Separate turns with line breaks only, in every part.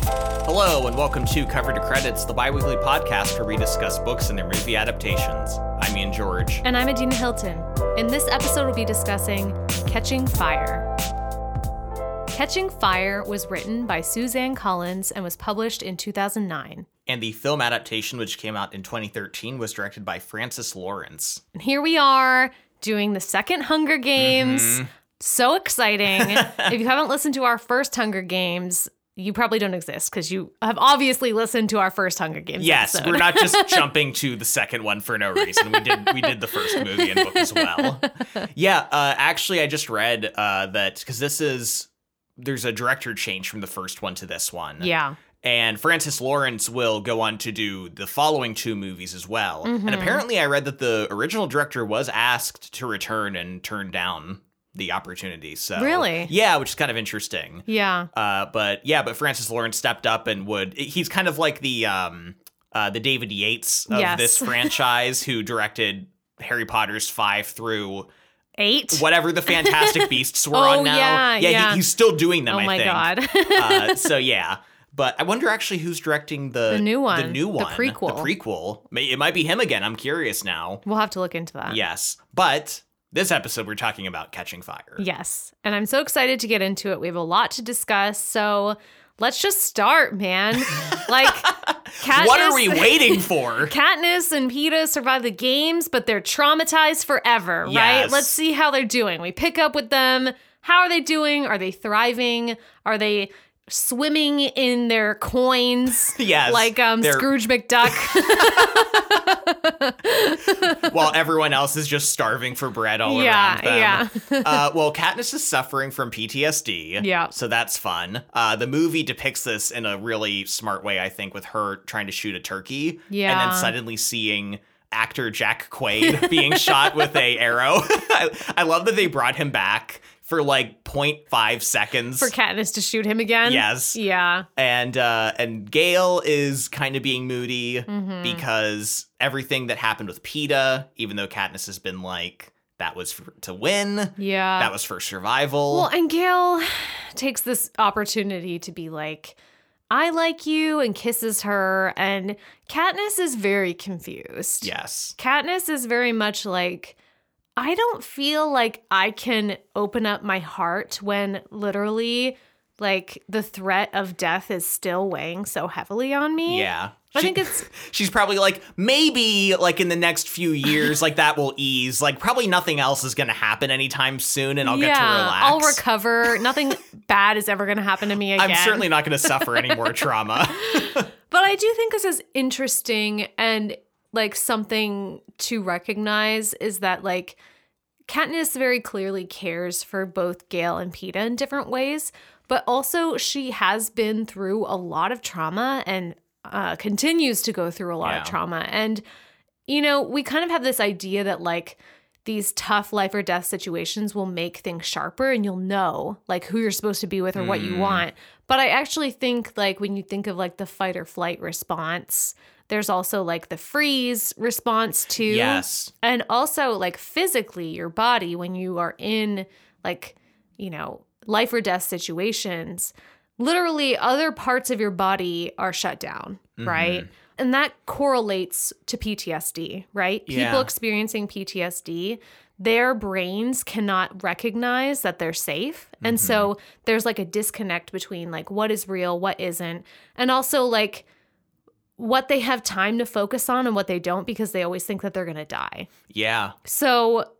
Hello, and welcome to Cover to Credits, the biweekly podcast where we discuss books and their movie adaptations. I'm Ian George.
And I'm Adina Hilton. In this episode, we'll be discussing Catching Fire. Catching Fire was written by Suzanne Collins and was published in 2009.
And the film adaptation, which came out in 2013, was directed by Francis Lawrence.
And here we are doing the second Hunger Games.
Mm-hmm.
So exciting. if you haven't listened to our first Hunger Games, you probably don't exist because you have obviously listened to our first Hunger Games.
Yes,
episode.
we're not just jumping to the second one for no reason. We did we did the first movie and book as well. Yeah, uh, actually, I just read uh, that because this is there's a director change from the first one to this one.
Yeah.
And Francis Lawrence will go on to do the following two movies as well.
Mm-hmm.
And apparently, I read that the original director was asked to return and turned down the opportunity. So
Really?
yeah, which is kind of interesting.
Yeah.
Uh, but yeah, but Francis Lawrence stepped up and would. He's kind of like the um, uh, the David Yates of
Yes.
this franchise, who directed Harry Potter's five through
Eight.
whatever the Fantastic Beasts were
Oh,
on now.
yeah,
he-
yeah.
he's still doing them.
oh
I
my
think.
God.
uh, so yeah. But I wonder actually who's directing the
The new
The
one.
new
The
one.
prequel.
The prequel. May- It might be him again. I'm curious now.
we'll have to look into that.
Yes. But this episode we're talking about Catching Fire.
Yes. And I'm so excited to get into it. We have a lot to discuss. So let's just start, man. Like, Katniss,
What are we waiting for?
Katniss and PETA survive the games, but they're traumatized forever, right?
Yes.
Let's see how they're doing. We pick up with them. How are they doing? Are they thriving? Are they swimming in their coins?
yes.
Like um,
They're-
Scrooge McDuck.
while everyone else is just starving for bread all
Yeah,
around them. Yeah. uh, well, Katniss is suffering from PTSD.
Yeah.
So that's fun. Uh, the movie depicts this in a really smart way, I think, with her trying to shoot a turkey. And
Yeah.
then suddenly seeing actor Jack Quaid being shot with a arrow. I, I love that they brought him back for like 0.5 seconds.
for Katniss to shoot him again.
Yes.
Yeah.
and uh and Gail is kind of being moody
Mm-hmm. Mm.
because everything that happened with PETA, even though Katniss has been like that was for, to win,
Yeah.
that was for survival.
Uh, Well, and Gail takes this opportunity to be like, I like you, and kisses her. And Katniss is very confused.
yes.
Katniss is very much like, I don't feel like I can open up my heart when literally, like, the threat of death is still weighing so heavily on me.
Yeah.
I
She-
think it's
she's probably like maybe like in the next few years like that will ease. Like probably nothing else is going to happen anytime soon and I'll get
yeah.
to relax.
I'll recover. Nothing bad is ever going to happen to me again.
I'm certainly not going to suffer any more trauma.
But I do think this is interesting and like something to recognize is that like Katniss very clearly cares for both Gail and PETA in different ways, but also she has been through a lot of trauma and uh, continues to go through a lot
Yeah.
of trauma. And, you know, we kind of have this idea that like these tough life or death situations will make things sharper and you'll know like who you're supposed to be with or what you
Mm.
want. But I actually think like when you think of like the fight or flight response, there's also like the freeze response too.
yes.
And also, like physically, your body, when you are in like, you know, life or death situations, literally other parts of your body are shut down, right? And that correlates to PTSD, right?
Yeah.
People experiencing PTSD, their brains cannot recognize that they're safe. And so there's like a disconnect between like what is real, what isn't. And also, like, what they have time to focus on and what they don't because they always think that they're going to die.
Yeah.
So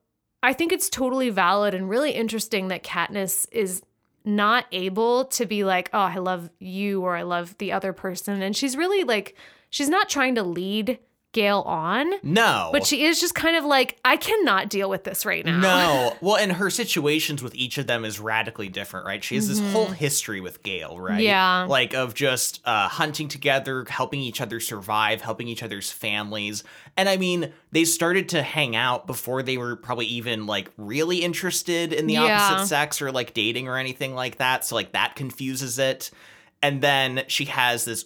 I think it's totally valid and really interesting that Katniss is not able to be like, oh, I love you or I love the other person. And she's really like, she's not trying to lead Gail on,
No.
but she is just kind of like, I cannot deal with this right now.
No. Well, and her situations with each of them is radically different, right? She has this whole history with Gail, right?
Mm-hmm. Yeah.
Like of just uh, hunting together, helping each other survive, helping each other's families. And I mean, they started to hang out before they were probably even like really interested in the
Yeah.
opposite sex or like dating or anything like that. So, like, that confuses it. And then she has this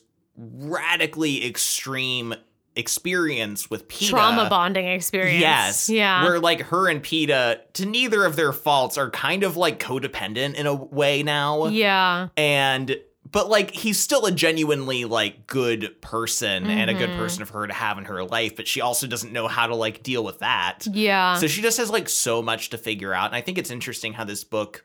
radically extreme experience with Peter.
Trauma bonding experience.
Yes.
Yeah.
Where like her and PETA, to neither of their faults, are kind of like codependent in a way now.
yeah.
And but like he's still a genuinely like good person and a good
Mhm.
person for her to have in her life but she also doesn't know how to like deal with that
Yeah.
so she just has like so much to figure out and i think it's interesting how this book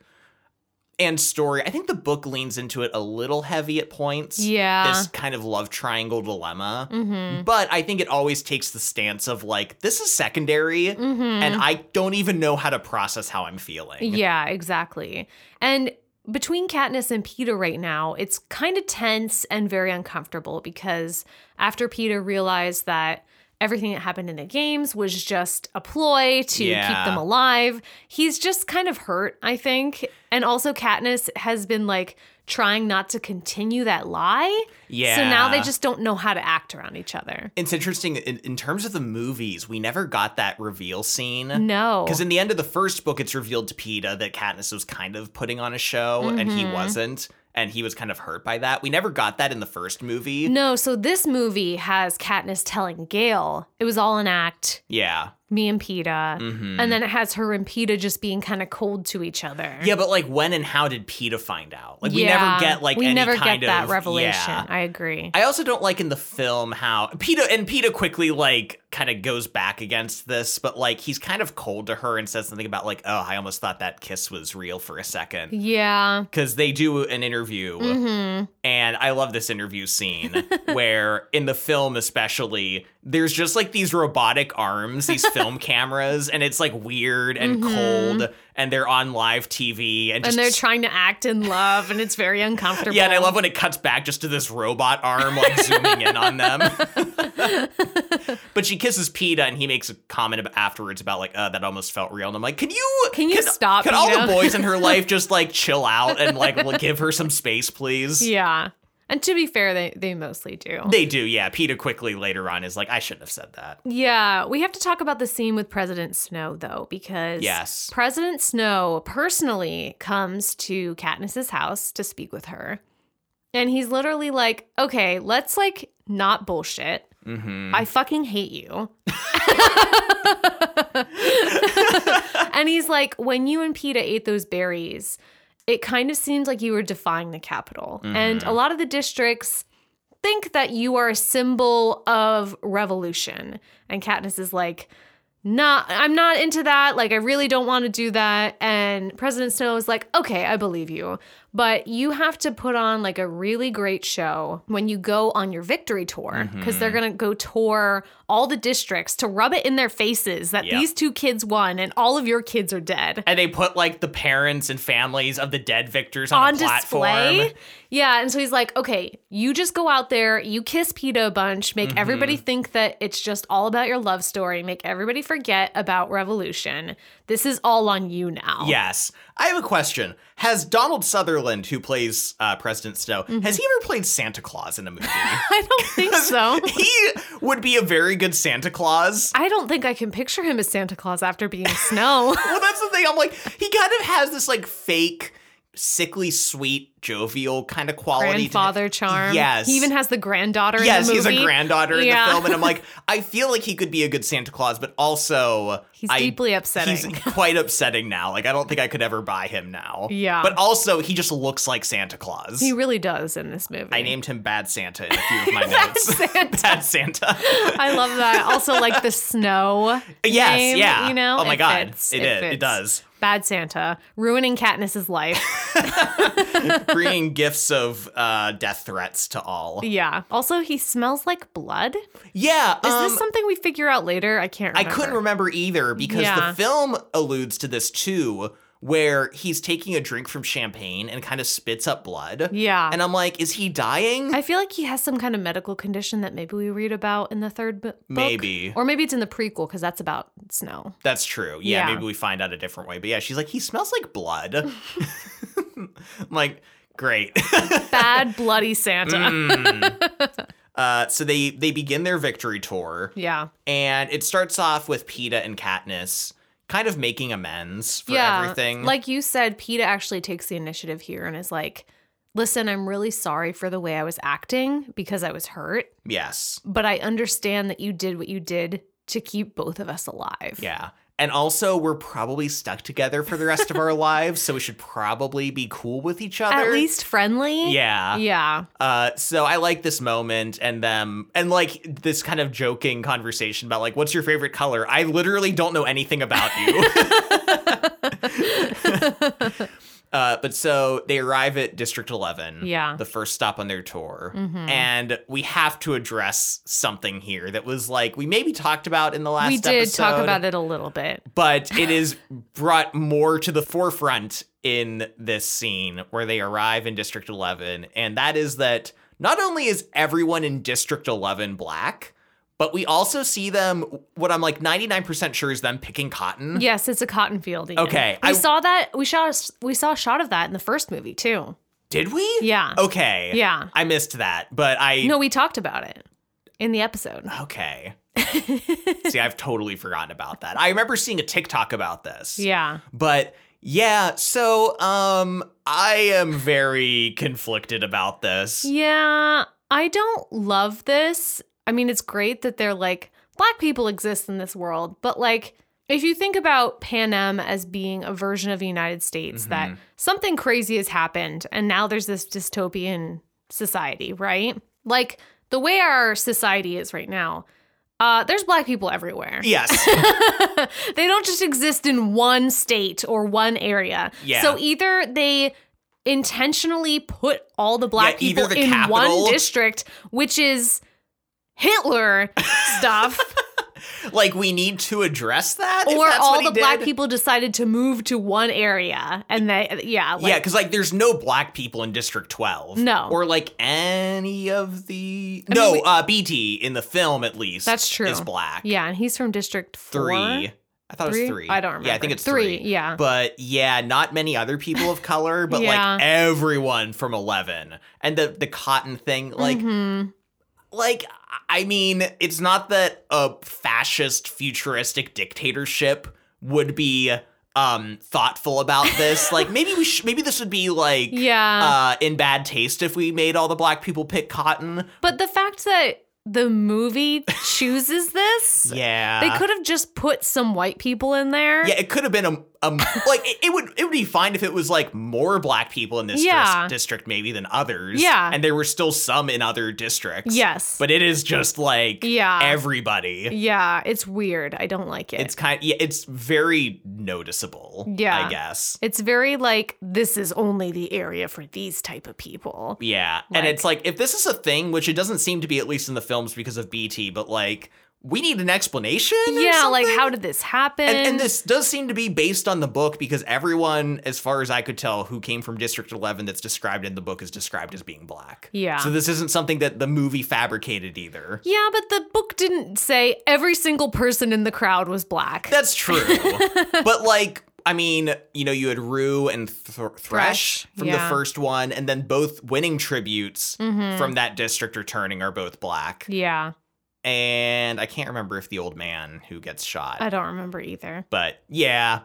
and story i think the book leans into it a little heavy at points
yeah.
this kind of love triangle dilemma
mm-hmm.
but i think it always takes the stance of like this is secondary
Mm-hmm.
and i don't even know how to process how i'm feeling
Yeah, exactly. And between Katniss and Peter right now, it's kind of tense and very uncomfortable because after Peter realized that everything that happened in the games was just a ploy to
Yeah.
keep them alive, he's just kind of hurt, I think. And also, Katniss has been like trying not to continue that lie.
yeah
So now they just don't know how to act around each other.
It's interesting in, in terms of the movies, we never got that reveal scene.
No.
Because in the end of the first book, it's revealed to PETA that Katniss was kind of putting on a show and he
Mhm.
wasn't. And he was kind of hurt by that. We never got that in the first movie.
No, so this movie has Katniss telling Gail it was all an act.
Yeah.
me and PETA.
hmm
And then it has her and PETA just being kind of cold to each other.
yeah, but like when and how did PETA find out? Like we never get like
we
any
never
kind
get that
of-
revelation.
yeah.
I agree.
I also don't like in the film how Peter and Peter quickly like kind of goes back against this, but like he's kind of cold to her and says something about like, "Oh, I almost thought that kiss was real for a second.
yeah.
because they do an interview
hmm
and i love this interview scene where in the film especially there's just like these robotic arms these film cameras and it's like weird and
Mhm.
cold and they're on live tv and just
And they're trying to act in love, and it's very uncomfortable.
yeah and i love when it cuts back just to this robot arm like zooming in on them but she kisses peta and he makes a comment ab- afterwards about like uh, that almost felt real and i'm like can you
Can you stop?
can all
you know?
the boys in her life just like chill out and like give her some space please
yeah. And to be fair, they, they mostly do.
They do, yeah. Peter quickly later on is like, I shouldn't have said that.
yeah. We have to talk about the scene with President Snow, though, because
Yes.
President Snow personally comes to Katniss's house to speak with her. And he's literally like, "Okay, let's like not bullshit.
Mm-hmm.
I fucking hate you." and he's like, "When you and PETA ate those berries, it kind of seems like you were defying the capital. And a lot of the districts think that you are a symbol of revolution." And Katniss is like, not I'm not into that. Like I really don't want to do that. And President Snow is like, okay, I believe you. But you have to put on like a really great show when you go on your victory tour. Because they're gonna go tour all the districts to rub it in their faces that
Yeah.
these two kids won and all of your kids are dead.
And they put like the parents and families of the dead victors on,
On
a platform.
display. Yeah. And so he's like, okay, you just go out there, you kiss PETA a bunch,
Mm-hmm.
make everybody think that it's just all about your love story, make everybody forget about revolution. This is all on you now.
Yes. I have a question. Has Donald Sutherland, who plays uh, President Snow,
Mm-hmm.
has he ever played Santa Claus in a movie?
I don't think so.
he would be a very good Santa Claus.
I don't think I can picture him as Santa Claus after being snow.
Well, that's the thing. I'm like, he kind of has this like fake, sickly, sweet, jovial kind of quality. to-
Grandfather charm.
Yes.
He even has the granddaughter
Yes,
in
he
the
has
movie.
a granddaughter in
Yeah.
the film, and I'm like, I feel like he could be a good Santa Claus, but also
He's
I-
deeply upsetting.
He's quite upsetting now. Like, I don't think I could ever buy him now.
Yeah.
but also he just looks like Santa Claus.
he really does in this movie.
I named him Bad Santa in a few of my notes.
Santa.
Bad Santa.
I love that. Also, like the snow.
yes,
name,
yeah.
You know,
oh my
It
god,
fits.
it is. It
fits.
does.
Bad Santa ruining Katniss's life.
Bringing gifts of uh, death threats to all.
yeah. Also, he smells like blood. Is
Yeah. um,
this something we figure out later? I can't.
I
remember.
couldn't remember either because
Yeah.
the film alludes to this too, where he's taking a drink from champagne and kind of spits up blood.
Yeah.
And I'm like, is he dying?
I feel like he has some kind of medical condition that maybe we read about in the third bu- book.
Maybe.
Or maybe it's in the prequel because that's about snow.
That's true. Yeah,
Yeah.
Maybe we find out a different way. But yeah, she's like, he smells like blood. I'm like, great.
Bad bloody Santa.
Mm. Uh, so they they begin their victory tour,
Yeah.
and it starts off with Peta and Katniss kind of making amends for
yeah.
everything.
Like you said, PETA actually takes the initiative here and is like, listen, I'm really sorry for the way I was acting because I was hurt,
yes.
but I understand that you did what you did to keep both of us alive.
Yeah. And also, we're probably stuck together for the rest of our lives, so we should probably be cool with each other.
At least friendly.
Yeah.
Yeah.
Uh, so I like this moment and them and like this kind of joking conversation about like what's your favorite color? I literally don't know anything about you. uh, but so they arrive at District 11.
Yeah.
The first stop on their tour.
Mhm.
And we have to address something here that was like we maybe talked about in the last
we did talk
episode,
about it a little bit.
but it is brought more to the forefront in this scene where they arrive in District 11. And that is that not only is everyone in District 11 black, but we also see them, what I'm like 99% sure is them picking cotton.
Yes, it's a cotton field. Ian.
Mm-hmm. Okay,
We
I-
saw that. We shot. We saw a shot of that in the first movie too.
Did we?
Yeah.
Okay.
Yeah.
I missed that, but I.
No, we talked about it in the episode.
Okay. see, I've totally forgotten about that. I remember seeing a TikTok about this.
Yeah.
But yeah, so um I am very conflicted about this.
Yeah. I don't love this. I mean, it's great that they're like, black people exist in this world, but like, if you think about Pan Am as being a version of the United States, that
Mhm.
something crazy has happened and now there's this dystopian society, right? Like, the way our society is right now, uh, there's black people everywhere.
Yes.
they don't just exist in one state or one area.
Yeah.
So either they intentionally put all the black
Yeah, either
people
the
in
capital-
one district, which is Hitler stuff,
like we need to address that. if
or
that's what
all
he
the black
did.
people decided to move to one area and they yeah, like
yeah, because like there's no black people in District 12.
No.
Or like any of the
I mean,
no
we-
uh, BT in the film at least.
That's true.
Is black.
yeah, and he's from district four?
Three. I thought it was three.
I don't remember.
Yeah, I think it's three.
Yeah.
But yeah, not many other people of color, but
Yeah.
like everyone from eleven, and the the cotton thing, like
Mhm.
like i mean it's not that a fascist futuristic dictatorship would be um thoughtful about this like maybe we sh- maybe this would be like
yeah.
uh in bad taste if we made all the black people pick cotton
but the fact that the movie chooses this
yeah
They could have just put some white people in there.
Ah. yeah it could have been a um like it, it would it would be fine if it was like more black people in this
Yeah.
dis- district maybe than others
Yeah.
and there were still some in other districts
Yes.
but it is just like
yeah.
everybody
yeah. It's weird. I don't like it.
It's kind yeah, it's very noticeable.
Yeah.
I guess.
it's very like this is only the area for these type of people.
Yeah. and
Like-
it's like if this is a thing, which it doesn't seem to be at least in the films because of BT, but like we need an explanation. or
Yeah, like
something?
how did this happen?
and, and this does seem to be based on the book because everyone, as far as I could tell, who came from District 11 that's described in the book is described as being black.
Yeah.
So this isn't something that the movie fabricated either.
yeah, but the book didn't say every single person in the crowd was black.
That's true. but like, I mean, you know, you had Rue and Th- Thresh
Thresh,
from
yeah.
the first one, and then both winning tributes
Mhm.
from that district returning are both black.
yeah,
And I can't remember if the old man who gets shot,
I don't remember either.
but yeah.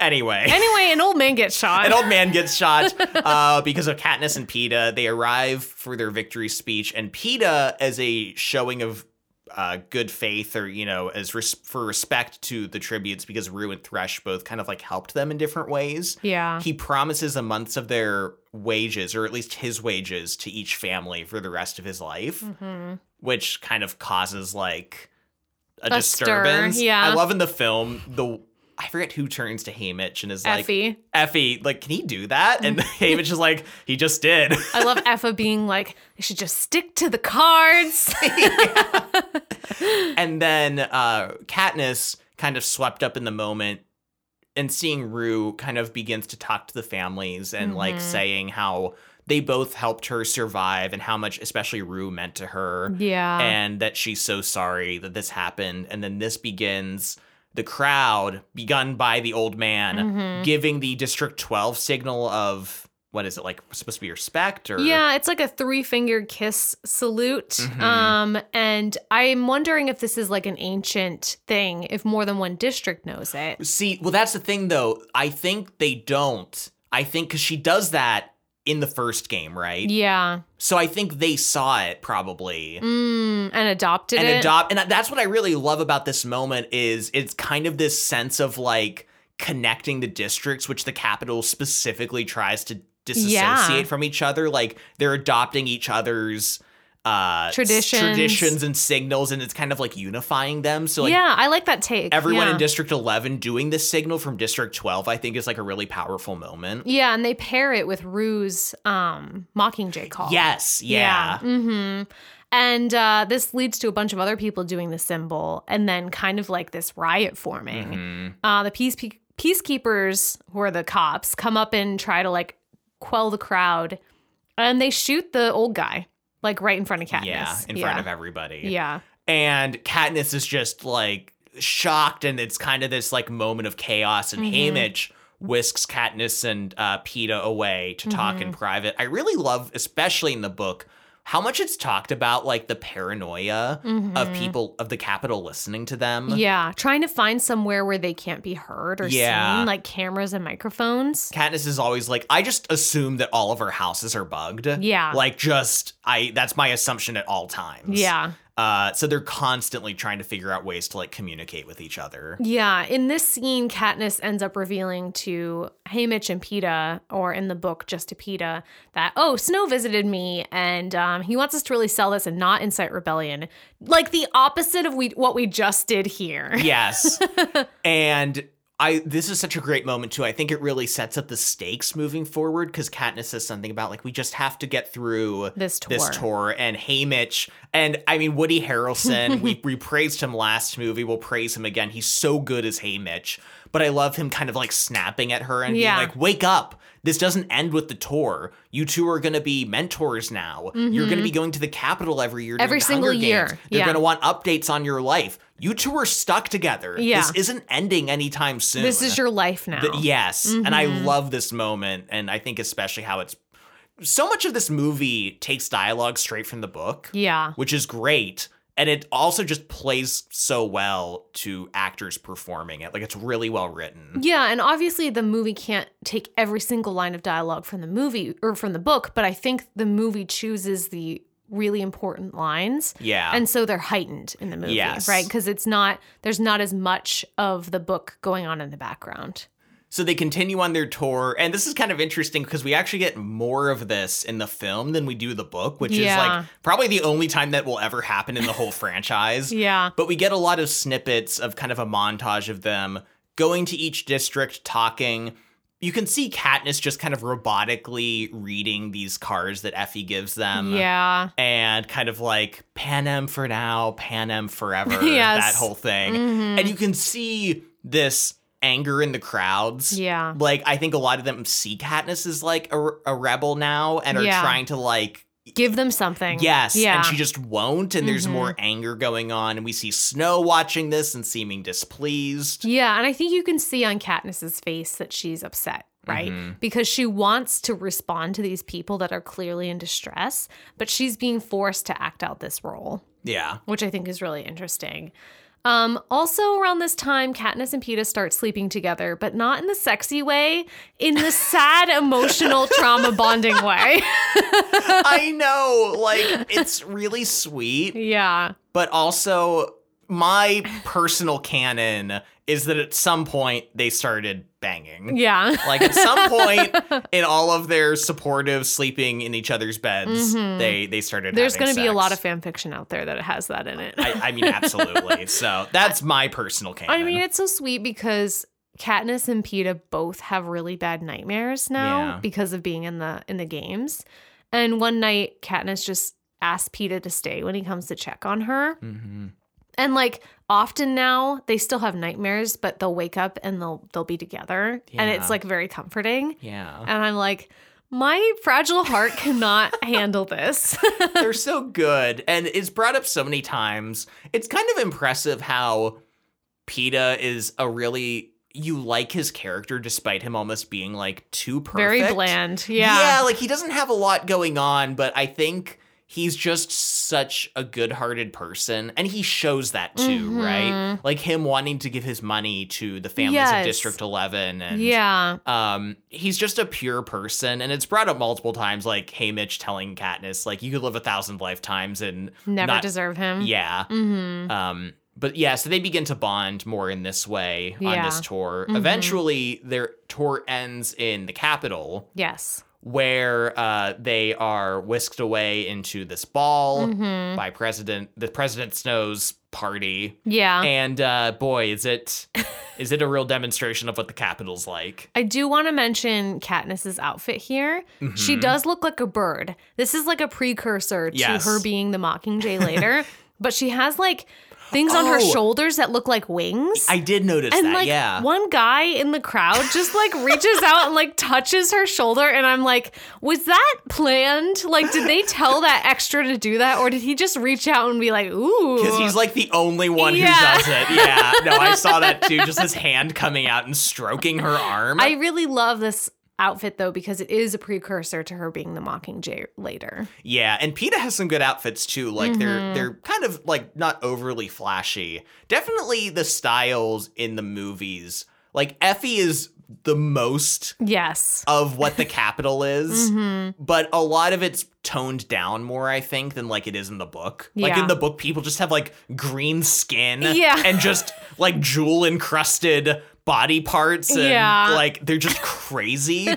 Anyway.
Anyway, an old man gets shot.
An old man gets shot uh, because of Katniss and PETA. They arrive for their victory speech, and PETA, as a showing of uh, good faith or, you know, as res- for respect to the tributes, because Rue and Thresh both kind of like helped them in different ways,
yeah.
he promises a month's of their wages, or at least his wages, to each family for the rest of his life,
hmm
which kind of causes like a,
A stir,
disturbance.
yeah.
I love in the film the. I forget who turns to Haymitch and is like,
Effie.
Effie, like, can he do that? And
Mm.
Hamish is like, he just did.
I love Effa being like, they should just stick to the cards.
and then uh, Katniss kind of swept up in the moment and seeing Rue kind of begins to talk to the families and like
Mhm.
saying how they both helped her survive and how much, especially Rue, meant to her.
yeah.
and that she's so sorry that this happened. And then this begins the crowd, begun by the old man,
Mhm.
giving the District 12 signal of what is it like supposed to be respect or
Yeah, it's like a three fingered kiss salute.
Mhm.
Um, and I'm wondering if this is like an ancient thing, if more than one district knows it.
See, well, that's the thing though. I think they don't. I think because she does that in the first game, right?
Yeah.
So I think they saw it probably.
Mm, and adopted
and
it.
adopt and that's what I really love about this moment is it's kind of this sense of like connecting the districts which the capital specifically tries to disassociate
Yeah.
from each other like they're adopting each other's uh s-
Traditions.
traditions and signals and it's kind of like unifying them so like
yeah, I like that take.
everyone
yeah.
in district 11 doing this signal from district 12 I think is like a really powerful moment
Yeah, and they pair it with Rue's um, Mockingjay call.
yes yeah,
hmm And uh, this leads to a bunch of other people doing the symbol and then kind of like this riot forming.
Mhm.
Uh, the peace peacekeepers, who are the cops, come up and try to like quell the crowd and they shoot the old guy like right in front of Katniss.
yeah in front of everybody
Yeah.
and Katniss is just like shocked, and it's kind of this like moment of chaos, and
Mhm.
Haymitch whisks Katniss and uh, Peeta away to talk
Mm-hmm.
in private. I really love, especially in the book, how much it's talked about like the paranoia of
Mhm.
people of the Capitol listening to them.
Yeah, trying to find somewhere where they can't be heard or
Yeah.
seen, like cameras and microphones.
Katniss is always like, I just assume that all of our houses are bugged.
Yeah.
Like, just, I, that's my assumption at all times.
Yeah.
Uh, so they're constantly trying to figure out ways to like communicate with each other.
Yeah, in this scene, Katniss ends up revealing to Haymitch and Peta, or in the book, just to Peta, that, oh, Snow visited me and um, he wants us to really sell this and not incite rebellion. Like the opposite of we, what we just did here.
Yes. and I this is such a great moment too. I think it really sets up the stakes moving forward because Katniss says something about like we just have to get through
This tour.
this tour and Haymitch and I mean Woody Harrelson. we we praised him last movie. We'll praise him again. He's so good as Haymitch. But I love him kind of like snapping at her and
Yeah.
being like, "Wake up! This doesn't end with the tour. You two are going to be mentors now. You're going to be going to the Capitol every year, during
Mm-hmm. Every
the
single
Hunger
year.
Games. They're
Yeah.
going to want updates on your life. You two are stuck together.
Yeah.
This isn't ending anytime soon.
This is your life now. Mm-hmm.
Th- yes, and I love this moment, and I think especially how it's so much of this movie takes dialogue straight from the book,
Yeah.
which is great, and it also just plays so well to actors performing it. Like it's really well written.
Yeah, and obviously the movie can't take every single line of dialogue from the movie or from the book, but I think the movie chooses the really important lines.
Yeah,
And so they're heightened in the movie,
Yes.
right? Because it's not there's not as much of the book going on in the background.
So they continue on their tour, and this is kind of interesting because we actually get more of this in the film than we do the book, which is
Yeah.
like probably the only time that will ever happen in the whole franchise.
Yeah.
But we get a lot of snippets of kind of a montage of them going to each district, talking. You can see Katniss just kind of robotically reading these cards that Effie gives them.
yeah.
And kind of like Pan Am for now, Pan Am forever,
Yes.
that whole thing.
Mhm.
And you can see this anger in the crowds
Yeah.
like I think a lot of them see Katniss as like a, a rebel now and are
Yeah.
trying to like
Give them something.
yes,
Yeah.
and she just won't, and there's
Mhm.
more anger going on, and we see Snow watching this and seeming displeased.
yeah, and I think you can see on Katniss's face that she's upset, right?
Mhm.
Because she wants to respond to these people that are clearly in distress, but she's being forced to act out this role.
Yeah,
which I think is really interesting. Um, also, around this time, Katniss and Peeta start sleeping together, but not in the sexy way, in the sad, emotional, trauma bonding way.
I know, like it's really sweet,
yeah.
but also my personal canon is that at some point they started banging.
Yeah.
Like at some point in all of their supportive sleeping in each other's beds,
Mhm.
they they started.
There's
going to
be a lot of fan fiction out there that has that in it.
I, I mean, absolutely. so that's my personal canon.
I mean, it's so sweet because Katniss and Peeta both have really bad nightmares now
Yeah.
because of being in the in the games. And one night, Katniss just asks Peeta to stay when he comes to check on her.
Mhm.
And like often now they still have nightmares, but they'll wake up and they'll they'll be together. And
Yeah.
it's like very comforting.
yeah,
And I'm like, my fragile heart cannot handle this.
they're so good, and it's brought up so many times. It's kind of impressive how Peta is a really you like his character despite him almost being like too perfect,
very bland.
Yeah,
Yeah.
like he doesn't have a lot going on, but I think he's just such a good-hearted person, and he shows that too, right? Like him wanting to give his money to the families
Mm-hmm. Yes.
of District Eleven, and
yeah.
um, he's just a pure person, and it's brought up multiple times, like Haymitch telling Katniss, like you could live a thousand lifetimes and
Never Mm.
not-
deserve him.
yeah.
Mm-hmm.
Um, but yeah, so they begin to bond more in this way on
Yeah.
this tour.
Mhm.
Eventually, their tour ends in the capital,
Yes.
where uh, they are whisked away into this ball
Mhm.
by President the President Snow's party.
Yeah.
And uh, boy, is it is it a real demonstration of what the capital's like?
I do want to mention Katniss's outfit here. She
Mhm.
does look like a bird. This is like a precursor to
Yes.
her being the Mockingjay later, but she has like things on her
Oh.
shoulders that look like wings.
I did notice
and
that.
like
yeah.
one guy in the crowd just like reaches out and like touches her shoulder and I'm like, was that planned? Like did they tell that extra to do that or did he just reach out and be like, ooh?
Because he's like the only one
Yeah.
who does it. Yeah. No, I saw that too. Just his hand coming out and stroking her arm.
I really love this outfit though because it is a precursor to her being the Mockingjay later.
Yeah, and PETA has some good outfits too. Like
Mm-hmm.
they're they're kind of like not overly flashy. Definitely the styles in the movies. Like Effie is the most
Yes.
of what the capital is,
Mm-hmm.
but a lot of it's toned down more, I think, than like it is in the book. Like
Yeah.
in the book, people just have like green skin
Yeah.
and just like jewel encrusted body parts and
Yeah.
like they're just crazy.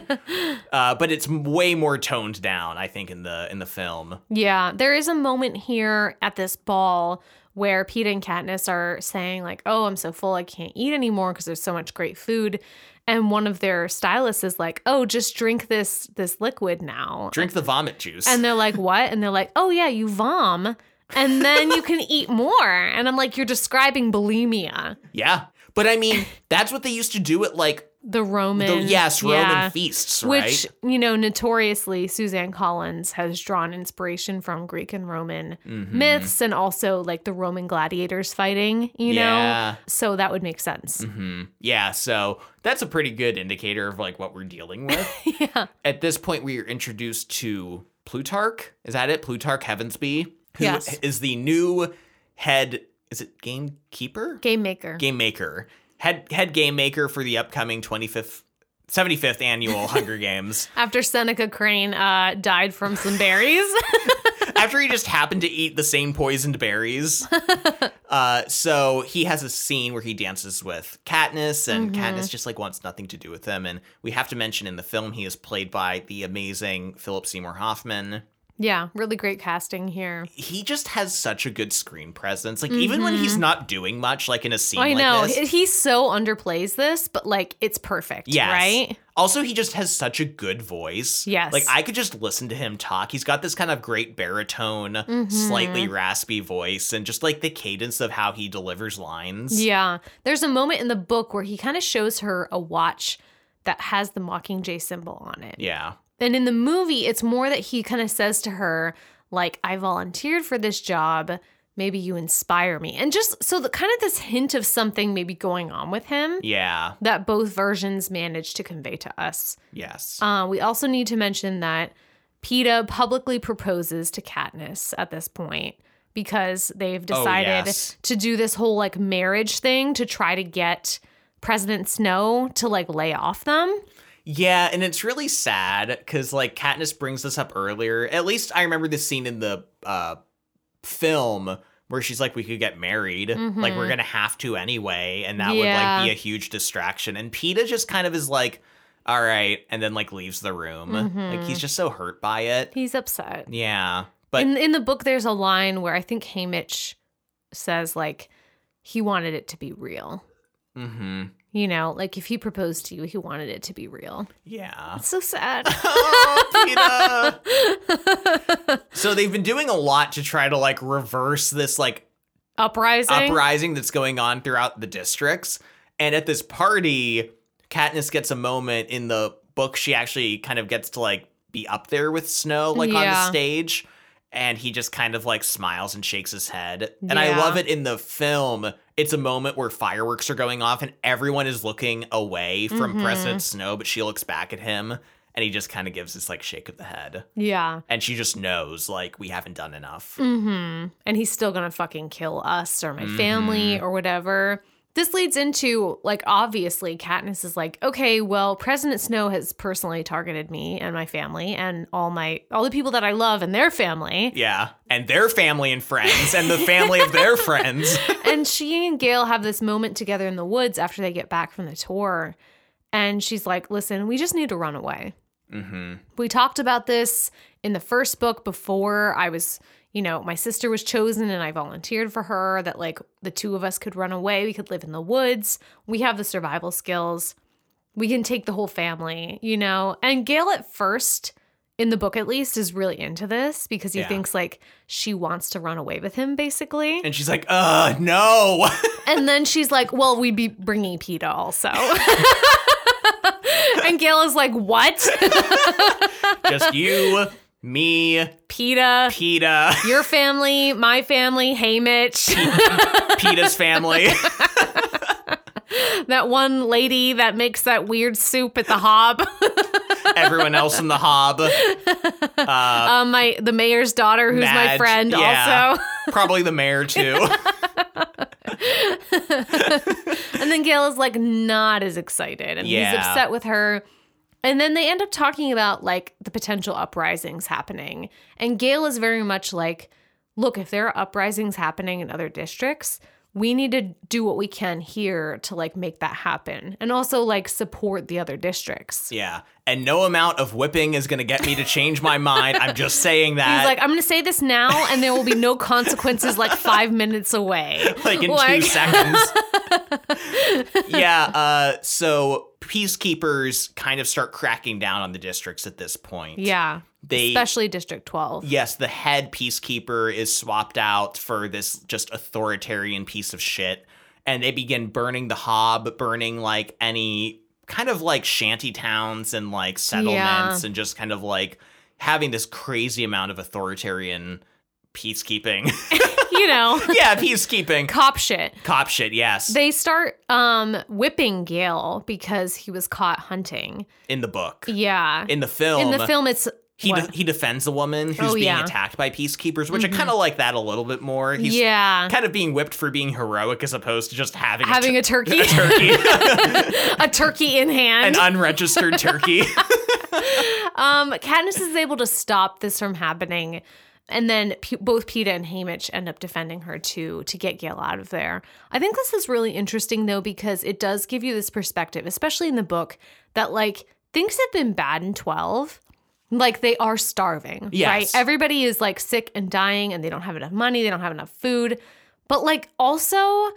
uh, but it's m- way more toned down, I think, in the in the film.
Yeah, there is a moment here at this ball where Pete and Katniss are saying like, "Oh, I'm so full, I can't eat anymore because there's so much great food." And one of their stylists is like, "Oh, just drink this this liquid now."
Drink the vomit juice.
And they're like, "What?" And they're like, "Oh yeah, you vom, and then you can eat more." And I'm like, "You're describing bulimia,
yeah. But I mean, that's what they used to do at like
the
the
Roman."
yes, Roman
yeah.
feasts, right?
Which, you know, notoriously, Suzanne Collins has drawn inspiration from Greek and Roman
Mhm.
myths and also like the Roman gladiators fighting, you know?
yeah.
So that would make sense.
hmm Yeah, so that's a pretty good indicator of like what we're dealing with.
yeah.
At this point, we are introduced to Plutarch. Is that it? Plutarch Heavensby, who is
Yes.
the new head. Is it gamekeeper?
Game maker.
Game maker. Head head game maker for the upcoming 25th, 75th annual Hunger Games.
After Seneca Crane uh, died from some berries.
after he just happened to eat the same poisoned berries. uh, so he has a scene where he dances with Katniss, and
Mm-hmm.
Katniss just like wants nothing to do with him. And we have to mention in the film he is played by the amazing Philip Seymour Hoffman.
yeah, really great casting here.
He just has such a good screen presence. Like even when he's not doing much, like in a scene
Mm-hmm. Oh,
like
I know.
this.
he he so underplays this, but like it's perfect,
Yes.
right?
Also, he just has such a good voice.
Yes.
Like, I could just listen to him talk. He's got this kind of great baritone, slightly
Mm-hmm.
raspy voice, and just like the cadence of how he delivers lines.
Yeah. There's a moment in the book where he kind of shows her a watch that has the Mockingjay symbol on it.
Yeah.
And in the movie, it's more that he kind of says to her, like, I volunteered for this job. Maybe you inspire me. And just so the kind of this hint of something maybe going on with him
Yeah.
that both versions managed to convey to us.
Yes.
Uh, we also need to mention that PETA publicly proposes to Katniss at this point because they've decided
yes.
to do this whole like marriage thing to try to get President Snow to like lay off them.
yeah, and it's really sad because like Katniss brings this up earlier. At least I remember this scene in the uh, film where she's like, "We could get married. Like we're gonna have to anyway," and that would
Yeah.
like be a huge distraction. And Peta just kind of is like, "All right," and then like leaves the room. Like he's just so hurt by it.
He's upset.
Yeah, but
in in the book there's a line where I think Haymitch says like he wanted it to be real.
hmm
You know, like if he proposed to you, he wanted it to be real.
yeah.
It's so sad.
oh, Peta. So they've been doing a lot to try to like reverse this like
Uprising.
uprising that's going on throughout the districts. And at this party, Katniss gets a moment in the book. She actually kind of gets to like be up there with Snow, like on the
Yeah.
stage. And he just kind of like smiles and shakes his head. And I
Yeah.
love it in the film. It's a moment where fireworks are going off and everyone is looking away from
Mhm.
President Snow, but she looks back at him. and he just kind of gives this like shake of the head.
Yeah.
And she just knows like we haven't done enough.
Mm-hmm. And he's still gonna fucking kill us or my family or whatever. This leads into like obviously Katniss is like, okay, well, President Snow has personally targeted me and my family and all my all the people that I love and their family.
Yeah. And their family and friends and the family of their friends.
and she and Gail have this moment together in the woods after they get back from the tour. And she's like, listen, we just need to run away.
Mm-hmm.
We talked about this in the first book before I was, you know, my sister was chosen and I volunteered for her that like the two of us could run away. We could live in the woods. We have the survival skills. We can take the whole family, you know? And Gail at first, in the book at least, is really into this because he
Yeah.
thinks like she wants to run away with him basically.
And she's like, uh, no.
And then she's like, "Well, we'd be bringing PETA also." and Gail is like, "What?
just you, me,
PETA?
PETA,
Your family, my family, hey Mitch,
PETA's family.
that one lady that makes that weird soup at the hob,
everyone else in the hob. Uh,
um, my the mayor's daughter who's my
Madge,
friend
yeah.
also."
probably the mayor too.
And then Gail is like not as excited and he's
Yeah.
upset with her. And then they end up talking about like the potential uprisings happening. And Gail is very much like, look, if there are uprisings happening in other districts, we need to do what we can here to like make that happen and also like support the other districts.
yeah. And no amount of whipping is going to get me to change my mind. I'm just saying that.
He's like, I'm gonna say this now, and there will be no consequences like five minutes away.
like in two seconds. yeah. Uh, so peacekeepers kind of start cracking down on the districts at this point.
Yeah.
They.
Especially District 12.
Yes, the head peacekeeper is swapped out for this just authoritarian piece of shit. And they begin burning the hob, burning like any kind of like shanty towns and like settlements and just kind of like having this crazy amount of authoritarian peacekeeping.
You know,
yeah, peacekeeping.
cop shit.
Cop shit, yes.
They start um whipping Gale because he was caught hunting.
in the book.
Yeah.
In the film.
In the film it's
He,
what?
de- he defends a woman who's
Oh,
being
yeah. Mm-hmm.
attacked by peacekeepers, which I kind of like that a little bit more. He's
yeah.
kind of being whipped for being heroic as opposed to just having
Having a turkey,
a turkey,
a turkey in
an
hand.
unregistered turkey.
um, Katniss is able to stop this from happening, and then P- both Peeta and Haymitch end up defending her too to get Gale out of there. I think this is really interesting though because it does give you this perspective, especially in the book, that like things have been bad in twelve. Like they are starving, right?
Yes.
Everybody is like sick and dying, and they don't have enough money. They don't have enough food, but like also.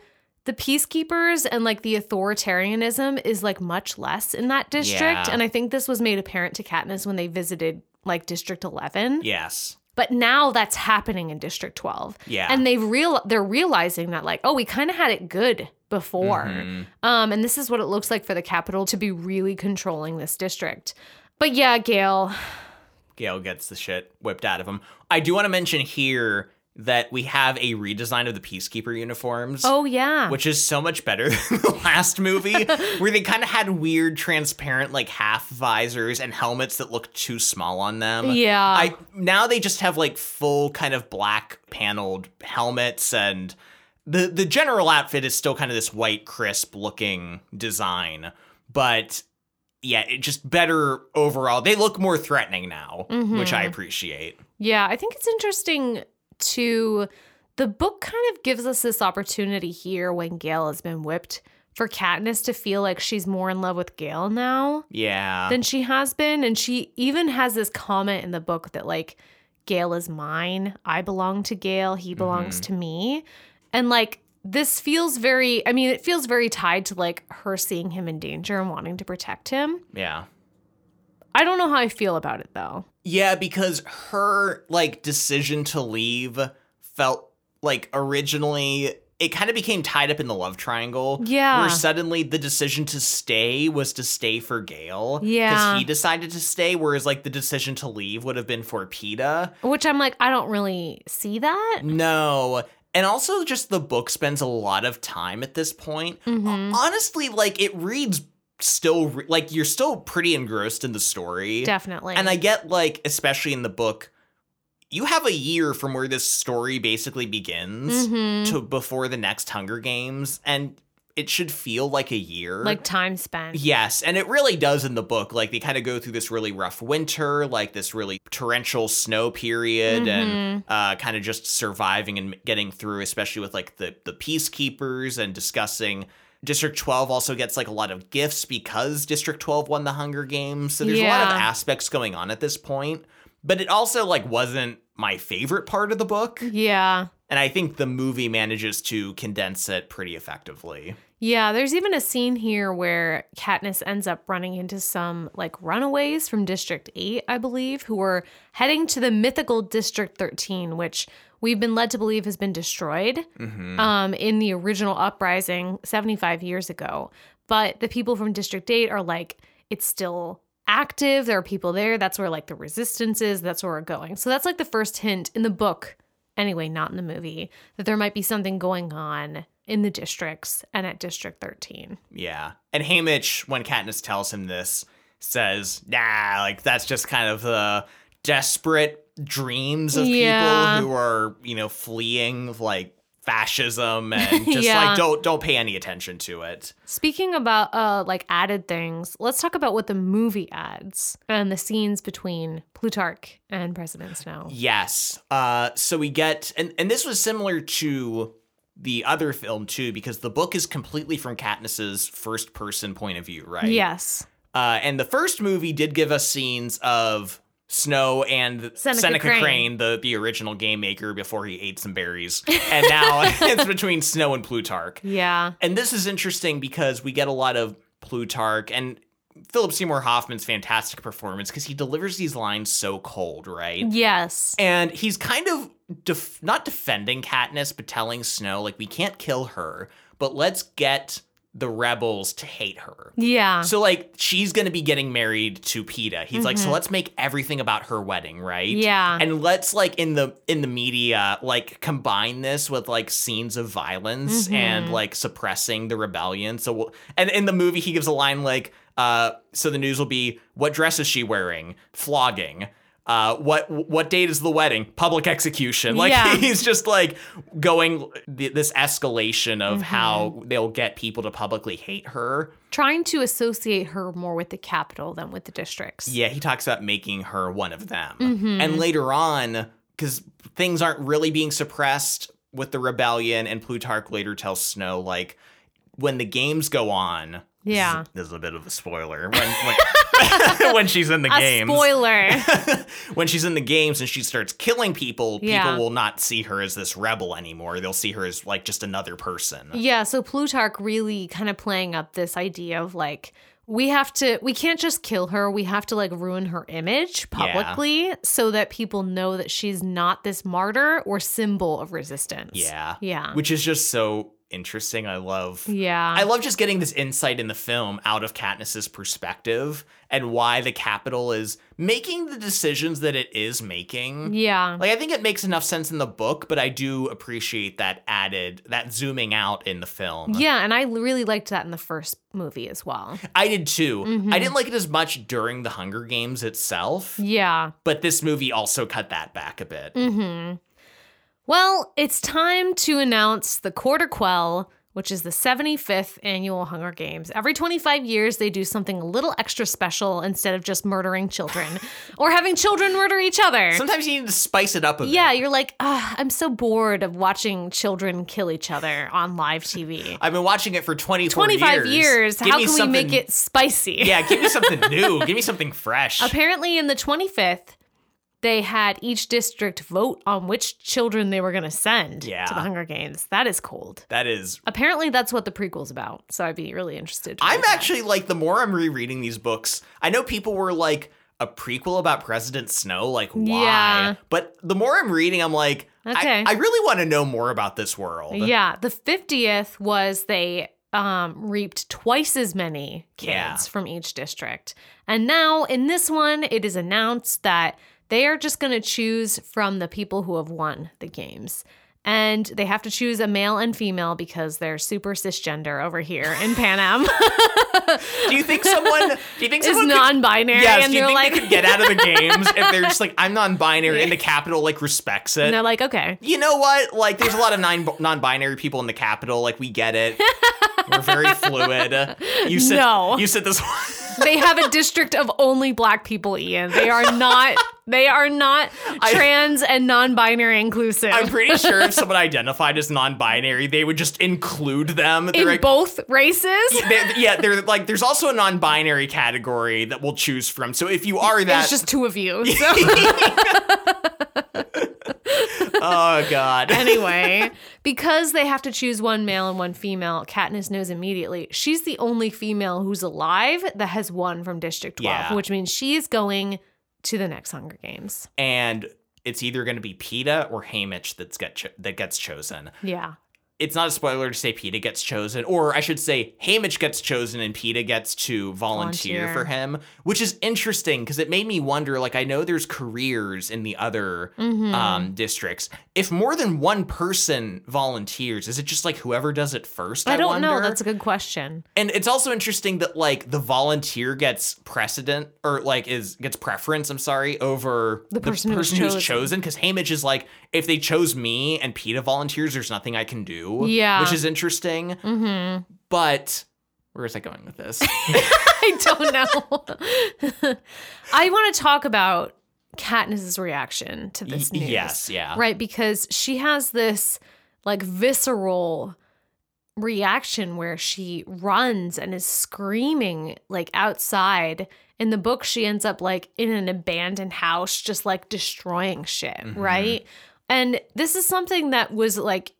The peacekeepers and like the authoritarianism is like much less in that district.
Yeah.
And I think this was made apparent to Katniss when they visited like District 11.
yes.
But now that's happening in District 12.
Yeah.
And they've real they're realizing that like, oh, we kind of had it good before.
Mhm.
Um and this is what it looks like for the capital to be really controlling this district. But yeah, Gail.
Gale gets the shit whipped out of him. I do want to mention here that we have a redesign of the peacekeeper uniforms.
Oh yeah.
Which is so much better than the last movie, where they kind of had weird, transparent, like half visors and helmets that looked too small on them.
yeah.
I now they just have like full kind of black paneled helmets and the the general outfit is still kind of this white crisp looking design, but yeah, it just better overall. They look more threatening now, which I
Mhm.
appreciate.
Yeah, I think it's interesting to the book kind of gives us this opportunity here when Gail has been whipped for Katniss to feel like she's more in love with Gail now
Yeah.
than she has been and she even has this comment in the book that like Gail is mine, I belong to Gail, he belongs
Mm-hmm.
to me. And like this feels very I mean it feels very tied to like her seeing him in danger and wanting to protect him.
yeah.
I don't know how I feel about it though.
Yeah, because her like decision to leave felt like originally it kind of became tied up in the love triangle.
Yeah.
Where suddenly the decision to stay was to stay for Gale.
Yeah.
Because he decided to stay, whereas like the decision to leave would have been for PETA.
Which I'm like I don't really see that.
No. And also just the book spends a lot of time at this point.
Mhm.
Honestly, like it reads still re- like you're still pretty engrossed in the story.
Definitely.
And I get like, especially in the book, you have a year from where this story basically begins
Mhm.
to before the next Hunger Games, and it should feel like a year.
like time spent.
Yes, and it really does in the book. Like they kind of go through this really rough winter, like this really torrential snow period,
Mm-hmm.
and uh, kind of just surviving and getting through, especially with like the the peacekeepers and discussing. District 12 also gets like a lot of gifts because District 12 won the Hunger Games. So there's a lot of
Yeah.
aspects going on at this point. But it also like wasn't my favorite part of the book.
Yeah.
And I think the movie manages to condense it pretty effectively.
Yeah, there's even a scene here where Katniss ends up running into some like runaways from District 8, I believe, who are heading to the mythical District 13, which we've been led to believe has been destroyed
Mm-hmm.
um, in the original uprising 75 years ago. But the people from District 8 are like, it's still active. There are people there. That's where like the resistance is. That's where we're going. So that's like the first hint in the book, anyway, not in the movie, that there might be something going on in the districts and at District 13.
Yeah. And Hamish, when Katniss tells him this, says, nah, like that's just kind of the desperate dreams of
Yeah.
people who are, you know, fleeing like fascism and just
Yeah.
like don't don't pay any attention to it.
Speaking about uh like added things, let's talk about what the movie adds and the scenes between Plutarch and President Snow.
Yes. Uh so we get and and this was similar to the other film too, because the book is completely from Katniss's first person point of view, right?
Yes.
Uh, and the first movie did give us scenes of Snow and
Seneca
Seneca,
Crane.
Crane, the, the original game maker, before he ate some berries. And now it's between Snow and Plutarch.
Yeah.
And this is interesting because we get a lot of Plutarch and Philip Seymour Hoffman's fantastic performance because he delivers these lines so cold, right?
Yes.
And he's kind of def- not defending Katniss, but telling Snow, like, we can't kill her, but let's get the rebels to hate her.
Yeah.
So like she's gonna be getting married to PETA. He's like, so let's make everything about her wedding, right?
Mm-hmm. Yeah.
And let's like in the in the media like combine this with like scenes of violence
Mhm.
and like suppressing the rebellion. So we'll, and in the movie he gives a line like, uh, so the news will be what dress is she wearing? Flogging. Uh, what what date is the wedding? Public execution. Like
Yeah.
he's just like going th- this escalation
Mm-hmm.
of how they'll get people to publicly hate her.
trying to associate her more with the capital than with the districts.
Yeah, he talks about making her one of them.
Mhm.
And later on, because things aren't really being suppressed with the rebellion, and Plutarch later tells Snow, like, when the games go on. this is-
Yeah.
This is, a bit of a spoiler. When, when, when she's in the
A
games.
spoiler.
when she's in the games and she starts killing people,
Yeah.
people will not see her as this rebel anymore. They'll see her as, like, just another person.
yeah, so Plutarch really kind of playing up this idea of like we have to we can't just kill her, we have to like ruin her image publicly so that people know that she's not this martyr or symbol of resistance.
Yeah.
Yeah.
Which is just so interesting. I love.
yeah.
I love just getting this insight in the film out of Katniss's perspective and why the capital is making the decisions that it is making.
yeah.
Like I think it makes enough sense in the book, but I do appreciate that added that zooming out in the film.
yeah, and I really liked that in the first movie as well.
I did too.
Mhm.
I didn't like it as much during the Hunger Games itself,
Yeah.
but this movie also cut that back a bit.
hmm Well, it's time to announce the Quarter Quell, which is the 75th annual Hunger Games. Every 25 years, they do something a little extra special instead of just murdering children or having children murder each other.
Sometimes you need to spice it up a bit.
yeah, you're like, "Ugh, I'm so bored of watching children kill each other on live TV.
I've been watching it for 24
25
years.
years,
Give
how
me
can we make
something-
it spicy?
Yeah, give me something new. Give me something fresh.
Apparently, in the 25th, they had each district vote on which children they were going to send
Yeah.
to the Hunger Games. That is cold.
That is
Apparently, that's what the prequel's about. So I'd be really interested. to
I'm
read that.
actually like the more I'm rereading these books, I know people were like a prequel about President Snow, like why?
Yeah.
But the more I'm reading, I'm like, I-
Okay.
I, really want to know more about this world.
Yeah, the 50th was they um, reaped twice as many kids
Yeah.
from each district. And now in this one, it is announced that they are just going to choose from the people who have won the games. and they have to choose a male and female because they're super cisgender over here in Pan Am.
Do you think someone? Do you think
is
someone could-
non-binary,
Yes,
and
do you
they're
think
like,
they could get out of the games if they're just like, I'm non-binary, and the capital like respects it?
and they're like, okay,
you know what? Like, there's a lot of nine, non-binary people in the capital. Like, we get it. We're very fluid. You said
No.
you said this.
they have a district of only black people. Ian, they are not, they are not trans and non-binary inclusive
I'm pretty sure if someone identified as non-binary, they would just include them. They're
in
like,
both races.
they're- yeah, they're like, there's also a non-binary category that we'll choose from. So if you are that,
There's just two of you. so-
oh god,
anyway, because they have to choose one male and one female, Katniss knows immediately she's the only female who's alive that has won from District 12,
Yeah.
which means she's going to the next Hunger Games.
and it's either going to be Peta or Hamish that's got cho- that gets chosen.
Yeah.
It's not a spoiler to say Peta gets chosen, or I should say Hamish gets chosen and Peta gets to volunteer, for
Volunteer.
him, which is interesting because it made me wonder. Like I know there's careers in the other
Mhm.
um, districts. If more than one person volunteers, is it just like whoever does it first? I,
I don't know.
wonder?
That's a good question.
and it's also interesting that like the volunteer gets precedent or like is gets preference. I'm sorry over
The person who's chosen.
because Hamish is like if they chose me and Peta volunteers, there's nothing I can do.
Yeah.
which is interesting.
hmm
But where is I going with this?
I don't know. I want to talk about Katniss's reaction to this
Y-
news.
yes, yeah,
Right, because she has this like visceral reaction where she runs and is screaming like outside. In the book, she ends up like in an abandoned house, just like destroying shit,
Mhm.
right? And this is something that was like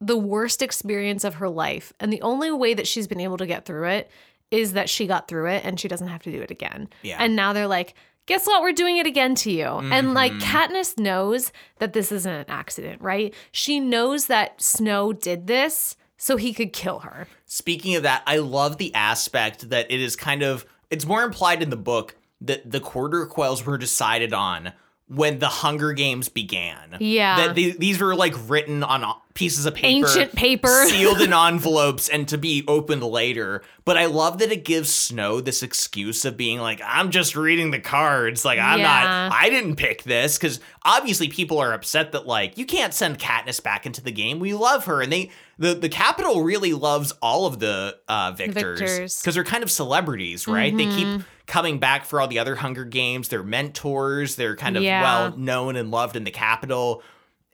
the worst experience of her life. And the only way that she's been able to get through it is that she got through it and she doesn't have to do it again.
yeah.
And now they're like, guess what? We're doing it again to you. And like
Mhm.
Katniss knows that this isn't an accident, right? She knows that Snow did this so he could kill her.
Speaking of that, I love the aspect that it is kind of it's more implied in the book that the quarter quails were decided on when the Hunger Games began.
Yeah.
That the- these were like written on o- pieces of paper.
Ancient paper.
sealed in envelopes and to be opened later. But I love that it gives Snow this excuse of being like, I'm just reading the cards. Like, I'm
Yeah.
not, I didn't pick this. Cause obviously people are upset that, like, you can't send Katniss back into the game. We love her. And they, the, the Capitol really loves all of the uh, victors.
Victors.
Cause they're kind of celebrities, right? They
Mm-hmm.
keep coming back for all the other Hunger Games. They're mentors. They're kind of
Yeah.
well known and loved in the Capitol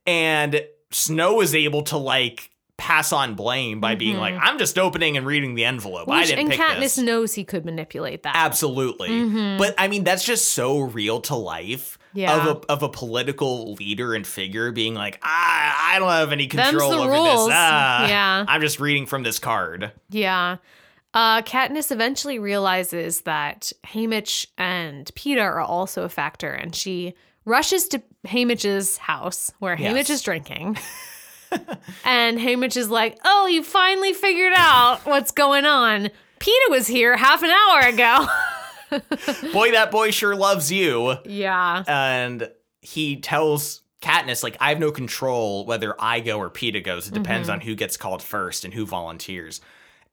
and Snow is able to like pass on blame by being
Mhm.
like, "I'm just opening and reading the envelope. I
Which-
didn't
and
pick
Katniss
this."
knows he could manipulate that.
Absolutely,
Mhm.
but I mean that's just so real to life
Yeah.
of a of a political leader and figure being like, "I I don't have any
Them's
control
the
over
rules.
this. Ah,
yeah.
I'm just reading from this card."
Yeah. Uh, Katniss eventually realizes that Haymitch and Peter are also a factor, and she rushes to Haymitch's house where
Yes.
Haymitch is drinking. and Haymitch is like, Oh, you finally figured out what's going on. Peter was here half an hour ago.
boy, that boy sure loves you.
yeah.
and he tells Katniss, like, I have no control whether I go or Peeta goes. It depends on who gets called first and who volunteers.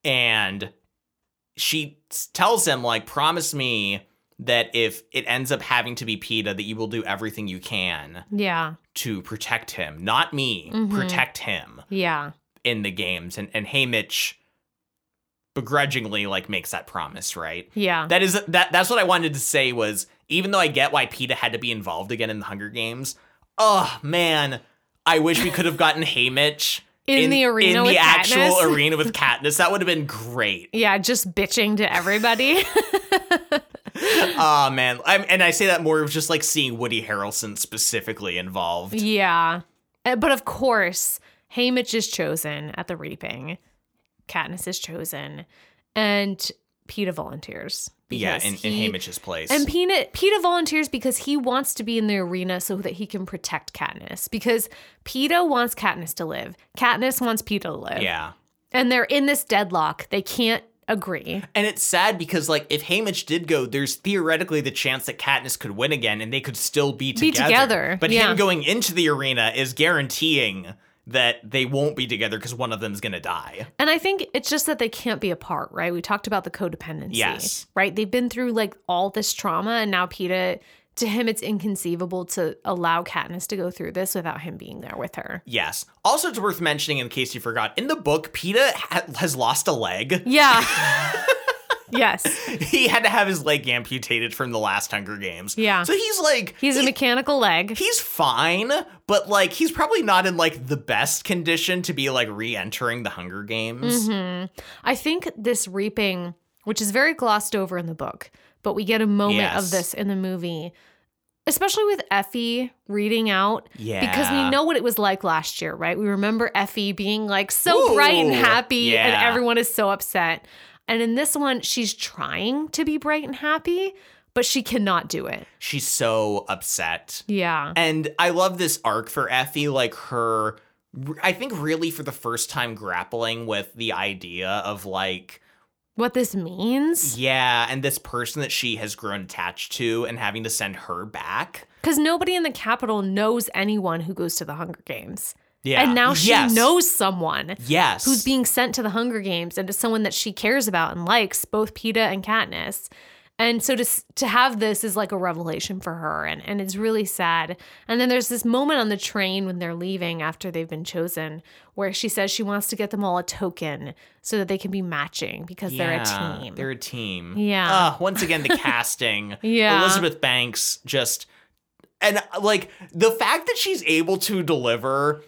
And she s- tells him, like, promise me that if it ends up having to be Peeta, that you will do everything you can
Yeah.
to protect him. Not me,
Mhm.
protect him
Yeah.
in the games. And and Haymitch begrudgingly like makes that promise, right?
Yeah.
That is that that's what I wanted to say was even though I get why PETA had to be involved again in the Hunger Games, oh man, I wish we could have gotten Haymitch
In the arena
in
with
the actual
Katniss.
arena with Katniss. That would have been great.
yeah. Just bitching to everybody.
Oh man. I'm, and I say that more of just like seeing Woody Harrelson specifically involved.
Yeah. Uh, But of course, Haymitch is chosen at the reaping. Katniss is chosen. And PETA volunteers.
Yeah,
because
in, in
he-
Haymitch's place.
And PETA, PETA volunteers because he wants to be in the arena so that he can protect Katniss. Because PETA wants Katniss to live. Katniss wants PETA to live.
yeah.
And they're in this deadlock. They can't agree.
And it's sad because like if Haymitch did go, there's theoretically the chance that Katniss could win again and they could still be together.
together,
But
yeah.
him going into the arena is guaranteeing that they won't be together because one of them's gonna die.
And I think it's just that they can't be apart, right? We talked about the codependency,
Yes.
right? They've been through like all this trauma, and now Peeta, to him, it's inconceivable to allow Katniss to go through this without him being there with her.
Yes. Also, it's worth mentioning in case you forgot. In the book, Peeta ha- has lost a leg.
Yeah. yes.
He had to have his leg amputated from the last Hunger Games.
Yeah.
So he's like
He's a
he-
mechanical leg.
he's fine, but like he's probably not in like the best condition to be like re-entering the Hunger Games.
Mm-hmm. I think this reaping, which is very glossed over in the book, but we get a moment
Yes.
of this in the movie, especially with Effie reading out.
Yeah.
Because we know what it was like last year, right? We remember Effie being like so bright and
Ooh,
happy, and
yeah.
everyone is so upset. And in this one, she's trying to be bright and happy, but she cannot do it.
she's so upset.
Yeah.
And I love this arc for Effie, like her, I think, really for the first time grappling with the idea of like,
What this means?
yeah, and this person that she has grown attached to and having to send her back.
Because nobody in the capital knows anyone who goes to the Hunger Games.
Yeah.
And now she
Yes.
knows someone.
Yes.
who's being sent to the Hunger Games and to someone that she cares about and likes, both PETA and Katniss. And so to s- to have this is like a revelation for her, and and it's really sad. And then there's this moment on the train when they're leaving after they've been chosen, where she says she wants to get them all a token so that they can be matching because they're
Yeah,
a team.
They're a team.
Yeah.
Ah, once again, the casting.
Yeah.
Elizabeth Banks just and like the fact that she's able to deliver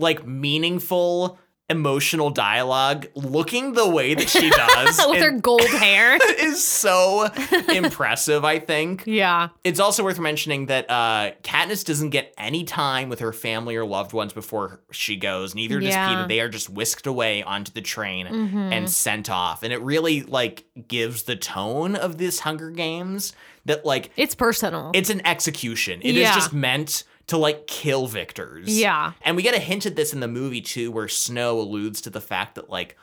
like meaningful emotional dialogue looking the way that she does
With her
and-
gold hair.
is so impressive, I think.
yeah.
It's also worth mentioning that uh, Katniss doesn't get any time with her family or loved ones before she goes. Neither does
Yeah.
Peeta. They are just whisked away onto the train
Mhm.
and sent off. And it really like gives the tone of this Hunger Games that like
It's personal.
it's an execution. It is
Yeah.
just meant to like kill victors.
yeah.
And we get a hint at this in the movie too, where Snow alludes to the fact that like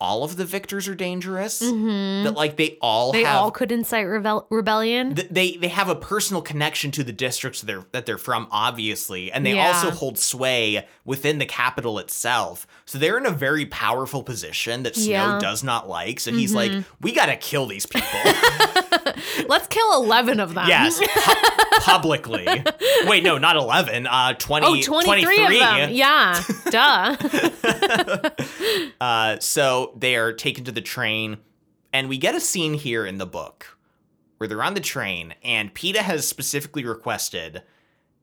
all of the victors are dangerous. That like they all
Mm-hmm. They
have
all could incite rebel- rebellion.
th- they they have a personal connection to the districts that they're that they're from, obviously, and they
Yeah.
also hold sway within the capital itself. So they're in a very powerful position that Snow
Yeah. Mm-hmm.
does not like. So he's like, "We gotta kill these people."
Let's kill 11 of them.
yes, pu- publicly. Wait, no, not eleven. Uh, 20,
Oh, 23,
23.
of them. Yeah. Duh.
Uh, so they are taken to the train, and we get a scene here in the book where they're on the train, and PETA has specifically requested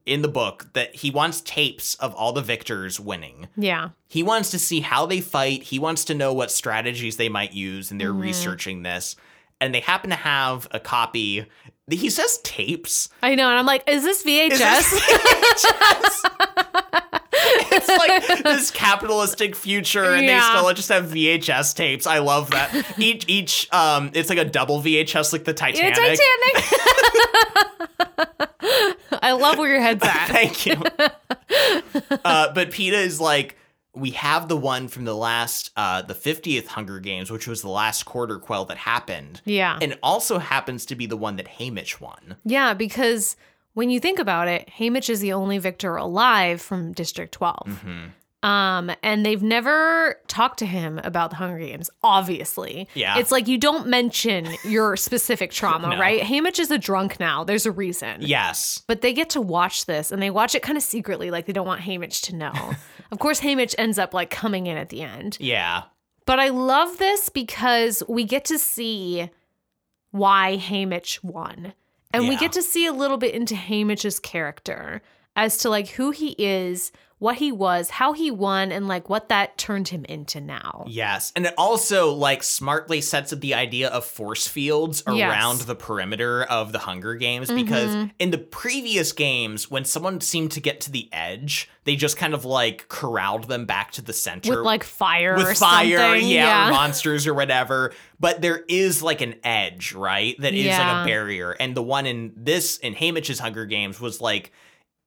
in the book that he wants tapes of all the victors winning.
yeah.
He wants to see how they fight, he wants to know what strategies they might use, and they're
Mm-hmm.
researching this. And they happen to have a copy. He says tapes.
I know, and I'm like, is this VHS?
Is this- it's like this capitalistic future, and
Yeah.
they still just have VHS tapes. I love that. Each each um, it's like a double VHS, like the
Yeah,
Titanic.
Titanic. I love where your head's at.
Thank you. uh, but Peta is like, we have the one from the last, uh, the fiftieth Hunger Games, which was the last quarter quell that happened,
Yeah.
and also happens to be the one that Hamish won.
Yeah, because when you think about it, Hamish is the only victor alive from District 12.
Mm-hmm.
Um, and they've never talked to him about the Hunger Games, obviously.
Yeah.
It's like you don't mention your specific trauma,
No.
right? Hamish is a drunk now. There's a reason.
Yes.
But they get to watch this and they watch it kind of secretly, like they don't want Hamish to know. of course, Hamish ends up like coming in at the end.
Yeah.
But I love this because we get to see why Hamish won. And we
Yeah.
get to see a little bit into Hamish's character as to like who he is, what he was, how he won, and like what that turned him into now.
Yes. And it also like smartly sets up the idea of force fields around
Yes. Mm-hmm.
the perimeter of the Hunger Games because in the previous games, when someone seemed to get to the edge, they just kind of like corralled them back to the center.
With like fire or
with fire,
something.
yeah, or monsters or whatever. But there is like an edge, right? That is like
Yeah.
a barrier. And the one in this in Hamish's Hunger Games was like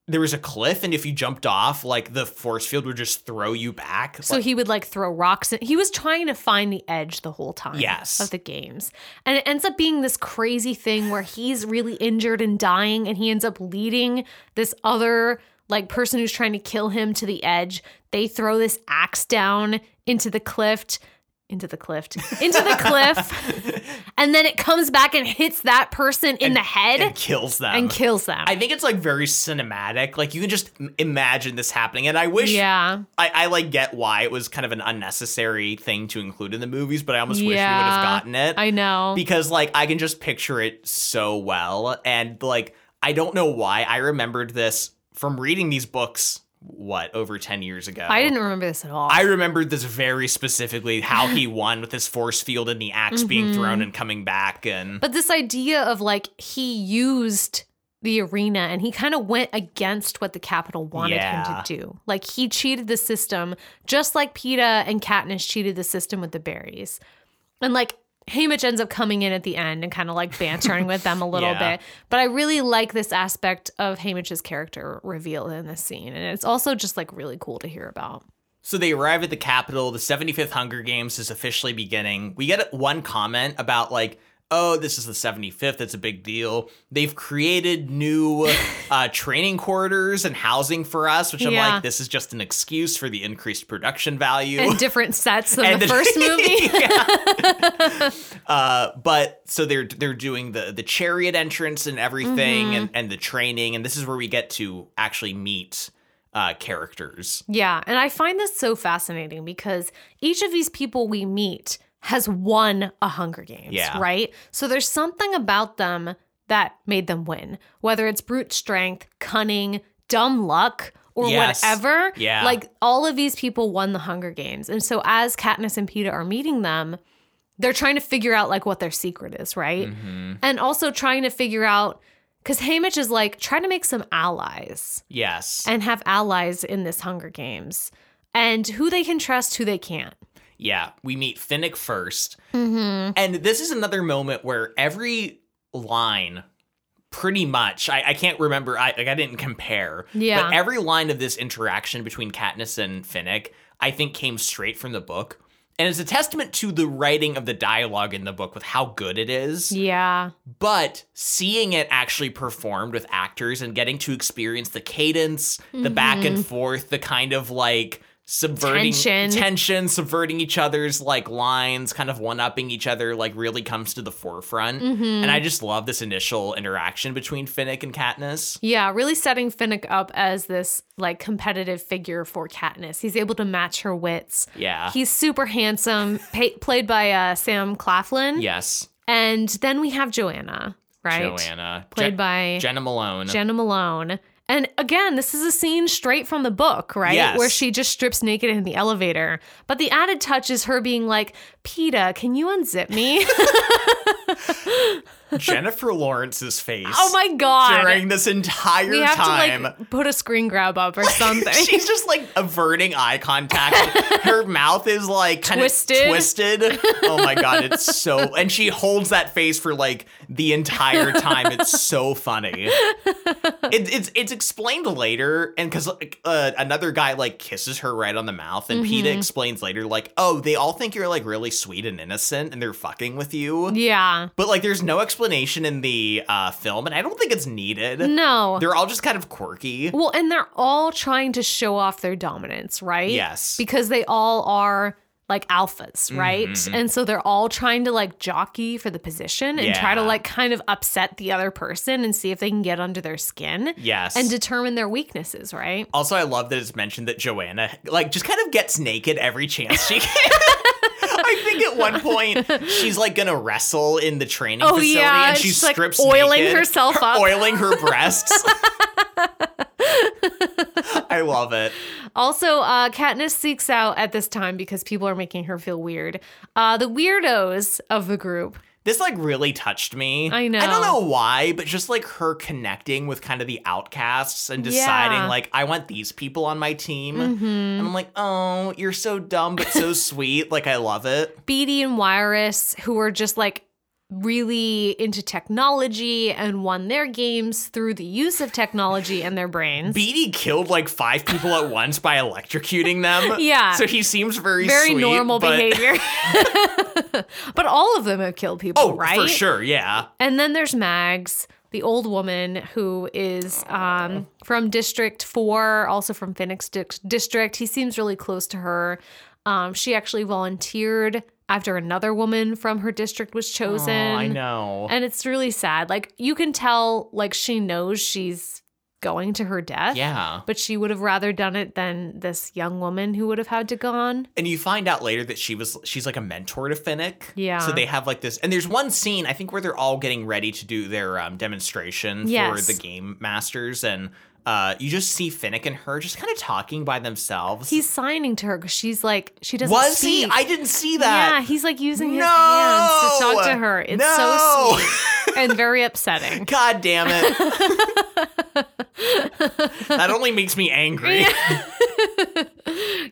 there was a cliff, and if you jumped off, like the force field would just throw you back.
So he would like throw rocks. In. He was trying to find the edge the whole time
Yes.
of the games. And it ends up being this crazy thing where he's really injured and dying and he ends up leading this other like person who's trying to kill him to the edge. They throw this axe down into the cliff, into the cliff, into the cliff, and then it comes back and hits that person in the head
and kills them.
and kills them.
I think it's like very cinematic. Like you can just m- imagine this happening. And I wish
yeah.
I, I like get why it was kind of an unnecessary thing to include in the movies, but I almost wish we would
Yeah,
have gotten it.
I know.
because like I can just picture it so well. And like I don't know why I remembered this from reading these books what over 10 years ago.
I didn't remember this at all.
I remembered this very specifically how he won with his force field and the ax being
Mhm.
thrown and coming back and
But this idea of like he used the arena and he kind of went against what the Capitol wanted him
Yeah.
to do. Like he cheated the system, just like PETA and Katniss cheated the system with the berries. And like Haymitch ends up coming in at the end and kind of like bantering with them a little
Yeah.
bit. But I really like this aspect of Haymitch's character revealed in this scene. And it's also just like really cool to hear about.
So they arrive at the Capitol. The 75th Hunger Games is officially beginning. We get one comment about, like, oh, this is the 75th. It's a big deal. They've created new uh, training quarters and housing for us, which I'm
Yeah.
like, this is just an excuse for the increased production value.
And different sets than
And
the
the-
first movie.
Uh, but so they're they're doing the the chariot entrance and everything
Mm-hmm.
and, and the training and this is where we get to actually meet uh, characters.
Yeah, and I find this so fascinating because each of these people we meet has won a Hunger Games,
Yeah.
right? So there's something about them that made them win, whether it's brute strength, cunning, dumb luck, or
Yes.
whatever.
Yeah.
Like all of these people won the Hunger Games. And so as Katniss and PETA are meeting them, they're trying to figure out like what their secret is, right?
Mm-hmm.
And also trying to figure out because Haymitch is like trying to make some allies
Yes.
and have allies in this Hunger Games and who they can trust, who they can't.
yeah. We meet Finnick first.
Mm-hmm.
And this is another moment where every line, pretty much, I, I can't remember. I like I didn't compare.
Yeah.
But every line of this interaction between Katniss and Finnick, I think, came straight from the book, and it's a testament to the writing of the dialogue in the book with how good it is.
Yeah.
But seeing it actually performed with actors and getting to experience the cadence, the back and forth, the kind of like subverting
Mm-hmm. Tension.
tension, subverting each other's like lines, kind of one upping each other, like really comes to the forefront.
Mm-hmm.
And I just love this initial interaction between Finnick and Katniss.
Yeah. Really setting Finnick up as this like competitive figure for Katniss. He's able to match her wits.
Yeah.
He's super handsome, pa- played by uh, Sam Claflin.
yes.
And then we have Joanna, right?
Joanna.
Played
Je-
by
Jenna Malone.
Jenna Malone. And again, this is a scene straight from the book, right?
Yes.
Where she just strips naked in the elevator. But the added touch is her being like, PETA, can you unzip me?
Jennifer Lawrence's face.
oh my God.
During this entire
we have
time.
to like put a screen grab up or something.
She's just like averting eye contact. Her mouth is like kind
Twisted.
of twisted. Oh my god, it's so and she holds that face for like the entire time. It's so funny. It, it's it's explained later, and because uh, another guy like kisses her right on the mouth, and Peta
Mm-hmm.
explains later like, oh, they all think you're like really sweet and innocent, and they're fucking with you.
yeah.
But like, there's no explanation in the uh, film, and I don't think it's needed.
No.
They're all just kind of quirky.
well, and they're all trying to show off their dominance, right?
Yes. Mm-hmm,
Because they all are like alphas, right? And so they're all trying to like jockey for the position and try to
Yeah.
like kind of upset the other person and see if they can get under their skin.
Yes.
and determine their weaknesses, right?
Also, I love that it's mentioned that Joanna, like, just kind of gets naked every chance she can. I think at one point she's like gonna wrestle in the training
Oh,
facility,
yeah,
and she
she's, like,
strips
oiling
naked,
herself
her-
up.
oiling her breasts. I love it.
Also, uh, Katniss seeks out at this time because people are making her feel weird. Uh, the weirdos of the group.
This like really touched me.
I know.
I don't know why, but just like her connecting with kind of the outcasts and deciding
Yeah. Mm-hmm.
like I want these people on my team, and I'm like, oh, you're so dumb but so sweet. Like I love it.
Beatty and Wyrus, who were just like really into technology and won their games through the use of technology and their brains.
Beatty killed like five people at once by electrocuting them.
Yeah.
So he seems very
Very
sweet,
normal
but-
behavior. but all of them have killed people,
Oh,
right?
for sure. Yeah.
And then there's Mags, the old woman who is um, from District 4, also from Phoenix Di- District. He seems really close to her. Um, she actually volunteered after another woman from her district was chosen.
Aw, Oh, I know.
And it's really sad. Like you can tell like she knows she's going to her death.
yeah.
But she would have rather done it than this young woman who would have had to gone.
And you find out later that she was she's like a mentor to Finnick.
Yeah.
So they have like this and there's one scene I think where they're all getting ready to do their um, demonstration
Yes.
for the game masters and uh, you just see Finnick and her just kind of talking by themselves.
He's signing to her because she's like she doesn't
was he?
speak.
I didn't see that.
Yeah, he's like using his
No!
hands to talk to her. It's
No!
so sweet and very upsetting.
God damn it. that only makes me angry.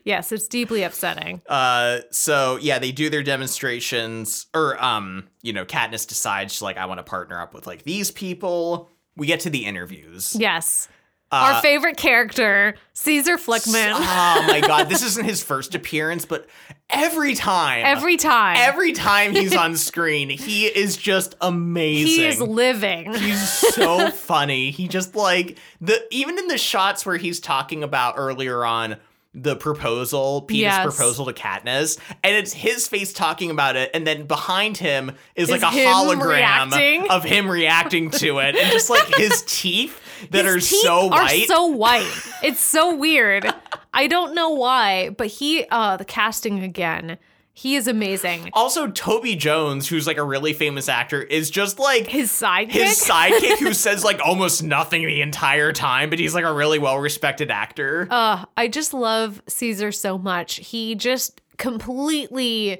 Yes, it's deeply upsetting.
Uh, so yeah, they do their demonstrations, or um, you know, Katniss decides she's like, I want to partner up with like these people. We get to the interviews.
Yes.
Uh,
Our favorite character, Caesar Flickman.
Oh my god, this isn't his first appearance, but every time,
every time.
every time he's on screen, he is just amazing.
he is living.
He's so funny. He just like the even in the shots where he's talking about earlier on the proposal, Peter's
Yes.
proposal to Katniss, and it's his face talking about it, and then behind him is,
Is
like a
him
hologram
reacting?
of him reacting to it, and just like his teeth that
His
are
teeth
so
Are
white.
so white. It's so weird. I don't know why, but he uh the casting again. He is amazing.
also, Toby Jones, who's like a really famous actor, is just like
His sidekick.
his sidekick who says like almost nothing the entire time, but he's like a really well respected actor.
uh, I just love Caesar so much. He just completely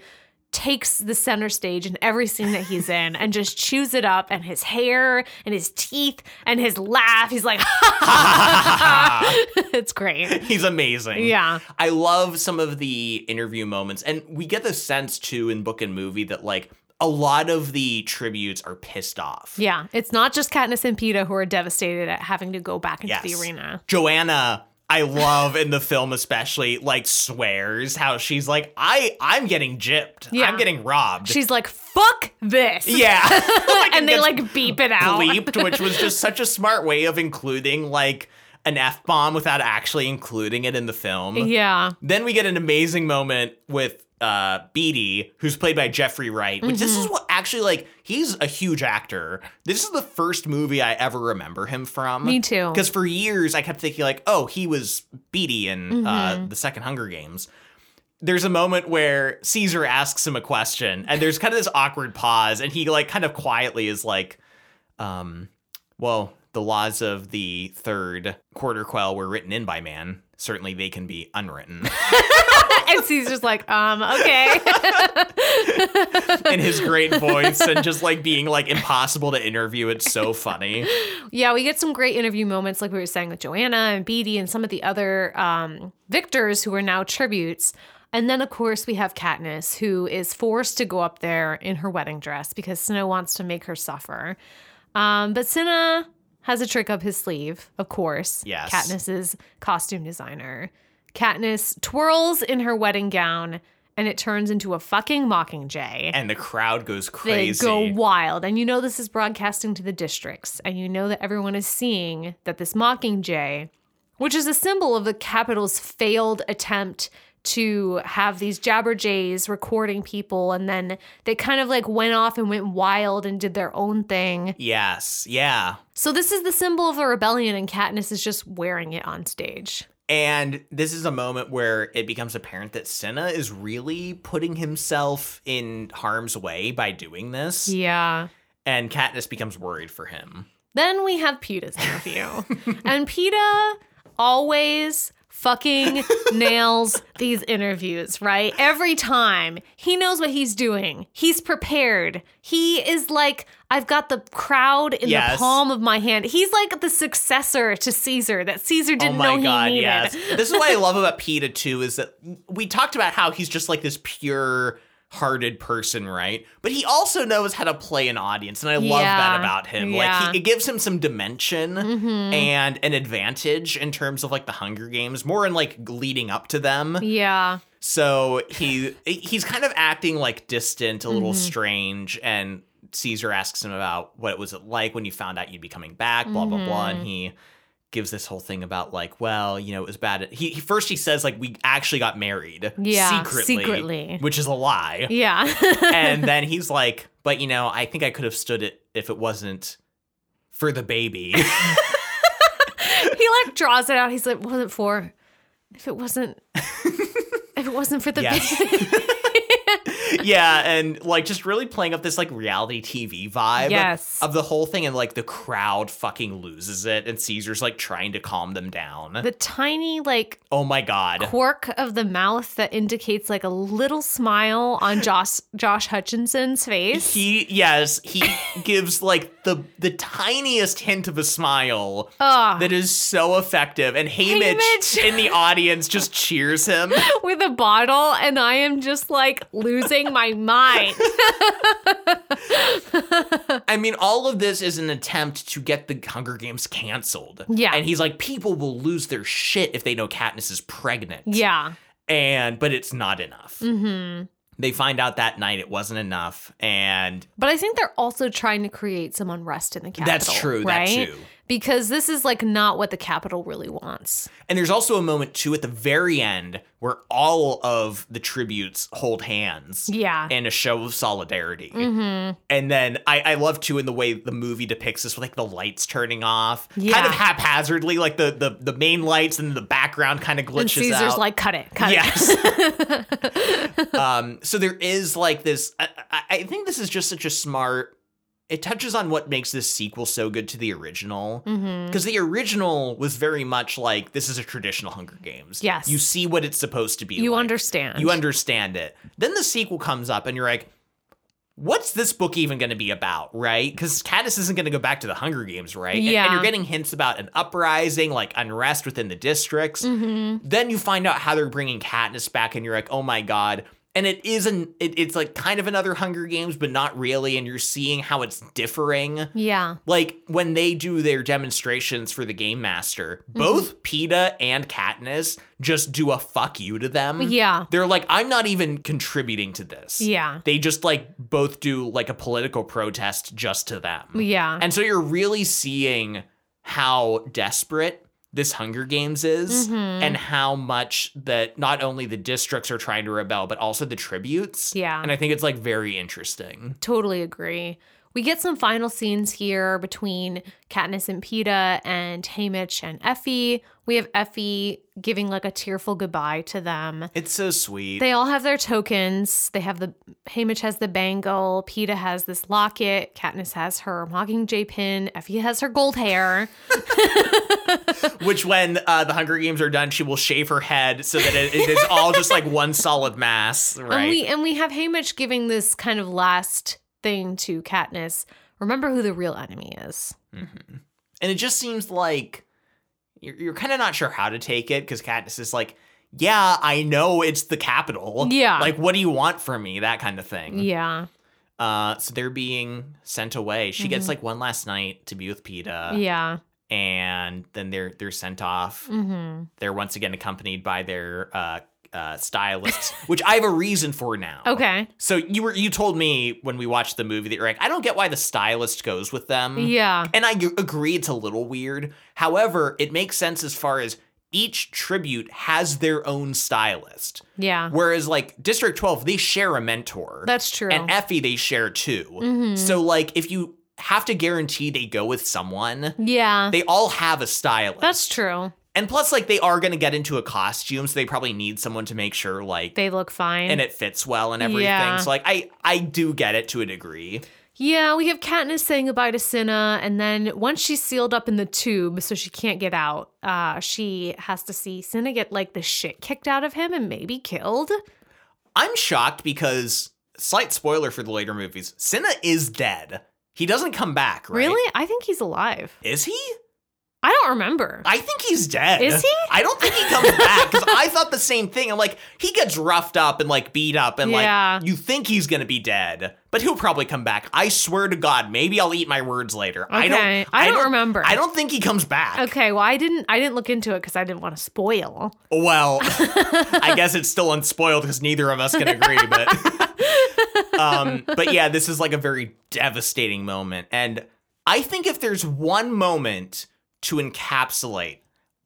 takes the center stage in every scene that he's in and just chews it up and his hair and his teeth and his laugh. He's like it's great.
He's amazing.
Yeah.
I love some of the interview moments. And we get the sense, too, in book and movie that, like, a lot of the tributes are pissed off.
Yeah. It's not just Katniss and PETA who are devastated at having to go back into the
Yes.
arena.
Joanna. I love in the film especially like swears how she's like I I'm getting gypped.
Yeah.
I'm getting robbed.
She's like, fuck this.
yeah. Like,
and
it gets
they like beep it out.
bleeped, which was just such a smart way of including like an F bomb without actually including it in the film.
Yeah.
Then we get an amazing moment with uh Beatty, who's played by Jeffrey Wright, which this is what actually like he's a huge actor. This is the first movie I ever remember him from.
Me too.
Because for years I kept thinking like, oh, he was Beatty in
Mm-hmm.
uh the second Hunger Games. There's a moment where Caesar asks him a question, and there's kind of this awkward pause, and he like kind of quietly is like, um, well, the laws of the third quarter quell were written in by man. Certainly they can be unwritten.
and Caesar's like, um, okay.
in his great voice and just like being like impossible to interview. It's so funny.
yeah, we get some great interview moments, like we were saying with Joanna and Beatty and some of the other um, victors who are now tributes. And then, of course, we have Katniss, who is forced to go up there in her wedding dress because Snow wants to make her suffer. Um, but Cinna has a trick up his sleeve, of course.
Yes.
Katniss's costume designer. Katniss twirls in her wedding gown, and it turns into a fucking mockingjay.
And the crowd goes
They
crazy.
go wild. And you know this is broadcasting to the districts. And you know that everyone is seeing that this mockingjay, which is a symbol of the capital's failed attempt to have these jabberjays recording people. And then they kind of like went off and went wild and did their own thing.
yes. Yeah.
So this is the symbol of a rebellion. And Katniss is just wearing it on stage.
And this is a moment where it becomes apparent that Senna is really putting himself in harm's way by doing this.
Yeah.
And Katniss becomes worried for him.
Then we have PETA's interview. and PETA always fucking nails these interviews, right? Every time. He knows what he's doing. He's prepared. He is like, I've got the crowd in the
Yes.
palm of my hand. He's like the successor to Caesar that Caesar
Oh
didn't know he needed.
this is what I love about PETA too, is that we talked about how he's just like this pure hearted person, right? But he also knows how to play an audience. And I love
Yeah.
that about him.
Yeah. Mm-hmm.
Like he, it gives him some dimension and an advantage in terms of like the Hunger Games, more in like leading up to them.
Yeah. Mm-hmm.
So he he's kind of acting like distant, a little strange, and Caesar asks him about what was it like when you found out you'd be coming back, blah blah blah, and
Mhm.
he gives this whole thing about like, well, you know, it was bad. He, he first he says like we actually got married,
Yeah,
secretly,
secretly.
which is a lie,
Yeah.
and then he's like, but you know, I think I could have stood it if it wasn't for the baby.
he like draws it out. He's like, "What was it for? If it wasn't, if it wasn't for the
Yes.
baby."
yeah, and like just really playing up this like reality TV vibe
Yes.
of the whole thing, and like the crowd fucking loses it, and Caesar's like trying to calm them down.
the tiny like
oh my god.
quirk of the mouth that indicates like a little smile on Josh Josh Hutchinson's face.
He yes, he gives like the the tiniest hint of a smile
Ugh.
that is so effective, and Haymitch,
Haymitch.
in the audience just cheers him.
with a bottle, and I am just like losing my mind.
I mean, all of this is an attempt to get the Hunger Games canceled.
Yeah.
and he's like, people will lose their shit if they know Katniss is pregnant.
yeah.
and but it's not enough.
hmm
They find out that night it wasn't enough, and
But I think they're also trying to create some unrest in the capital.
that's true.
Right?
That too.
Because this is like not what the capital really wants.
And there's also a moment too at the very end where all of the tributes hold hands.
Yeah.
and a show of solidarity.
Mm-hmm.
And then I, I love too in the way the movie depicts this with like the lights turning off. Kind
Yeah.
of haphazardly, like the, the the main lights and the background kind of glitches
And Caesar's
out.
like, cut it, cut
Yes.
it.
um so there is like this I, I- I think this is just such a smart it touches on what makes this sequel so good to the original.
Mhm.
Because the original was very much like this is a traditional Hunger Games.
Yes.
You see what it's supposed to be.
You
like.
understand.
You understand it. Then the sequel comes up, and you're like, what's this book even going to be about, right? Because Katniss isn't going to go back to the Hunger Games, right? And- And,
Yeah.
you're getting hints about an uprising, like unrest within the districts.
Mhm.
Then you find out how they're bringing Katniss back, and you're like, oh my god. And it isn't. It, it's like kind of another Hunger Games, but not really. And you're seeing how it's differing.
Yeah.
Like when they do their demonstrations for the Game Master,
Mm-hmm.
both PETA and Katniss just do a fuck you to them.
Yeah.
They're like, I'm not even contributing to this.
Yeah.
They just like both do like a political protest just to them.
Yeah.
And so you're really seeing how desperate this Hunger Games is
Mhm.
and how much that not only the districts are trying to rebel, but also the tributes.
Yeah.
And I think it's like very interesting.
Totally agree. We get some final scenes here between Katniss and PETA and Haymitch and Effie. We have Effie giving like a tearful goodbye to them.
It's so sweet.
They all have their tokens. They have the Haymitch has the bangle, PETA has this locket, Katniss has her Mockingjay pin, Effie has her gold hair.
Which, when uh, the Hunger Games are done, she will shave her head so that it, it is all just like one solid mass,
And
right?
we and we have Haymitch giving this kind of last thing to Katniss. Remember who the real enemy is.
And it just seems like you're, you're kind of not sure how to take it because Katniss is like, yeah, I know it's the capital.
Yeah.
Like, what do you want from me? That kind of thing.
Yeah.
Uh, so they're being sent away. She gets like one last night to be with PETA.
Mm-hmm. yeah.
And then they're they're sent off.
hmm
They're once again accompanied by their uh, uh, stylist, which I have a reason for now.
Okay.
So you were you told me when we watched the movie that you're like, I don't get why the stylist goes with them.
Yeah.
And I g- agree it's a little weird. However, it makes sense as far as each tribute has their own stylist.
Yeah.
Whereas like District 12, they share a mentor.
That's true.
and Effie they share too.
Mhm.
So like if you have to guarantee they go with someone,
yeah.
they all have a stylist.
that's true.
and plus like they are going to get into a costume, so they probably need someone to make sure like
They look fine.
and it fits well and everything.
Yeah.
So like I I do get it to a degree.
yeah, we have Katniss saying goodbye to Cinna, and then once she's sealed up in the tube, so she can't get out, uh, she has to see Cinna get like the shit kicked out of him and maybe killed.
I'm shocked because slight spoiler for the later movies, Cinna is dead. He doesn't come back, right?
Really? I think he's alive.
Is he?
I don't remember.
I think he's dead.
Is he?
I don't think he comes back because I thought the same thing. I'm like, he gets roughed up and like beat up and
Yeah.
like you think he's gonna be dead, but he'll probably come back. I swear to God, maybe I'll eat my words later. I don't.
Okay. I don't remember.
I don't think he comes back.
okay, well I didn't I didn't look into it because I didn't want to spoil.
Well, I guess it's still unspoiled because neither of us can agree. But um, but yeah, this is like a very devastating moment. And I think if there's one moment to encapsulate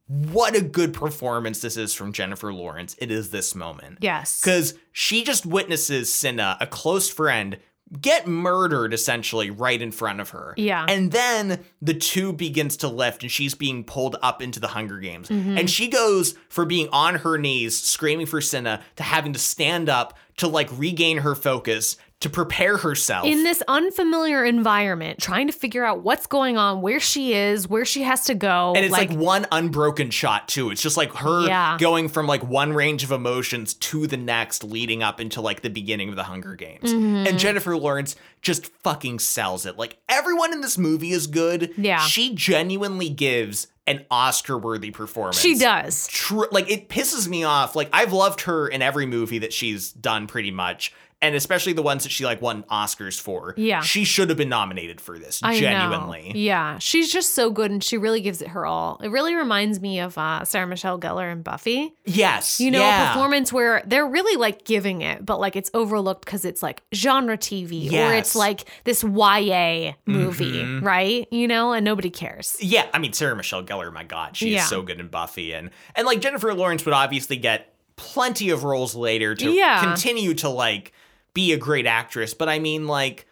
what a good performance this is from Jennifer Lawrence, it is this moment.
Yes.
Because she just witnesses Cinna, a close friend, get murdered essentially right in front of her.
Yeah.
And then the tube begins to lift and she's being pulled up into the Hunger Games.
Mm-hmm.
And she goes for being on her knees, screaming for Cinna, to having to stand up to like regain her focus, to prepare herself.
in this unfamiliar environment, trying to figure out what's going on, where she is, where she has to go.
and it's like, one unbroken shot too. It's just like her
Yeah.
going from like one range of emotions to the next, leading up into like the beginning of the Hunger Games.
Mm-hmm.
And Jennifer Lawrence just fucking sells it. Like everyone in this movie is good.
Yeah.
she genuinely gives an Oscar-worthy performance.
she does.
Tru- like it pisses me off. Like I've loved her in every movie that she's done, pretty much. And especially the ones that she like won Oscars for.
Yeah.
She should have been nominated for this,
I
genuinely.
Know. Yeah, she's just so good, and she really gives it her all. It really reminds me of uh, Sarah Michelle Gellar and Buffy.
Yes.
You know, a
yeah.
performance where they're really like giving it, but like it's overlooked because it's like genre TV or
Yes.
it's like this YA movie,
Mhm.
right? You know, and nobody cares.
Yeah, I mean Sarah Michelle Gellar, my God, she
Yeah.
is so good in Buffy, and and like Jennifer Lawrence would obviously get plenty of roles later to
Yeah.
continue to like be a great actress. But I mean, like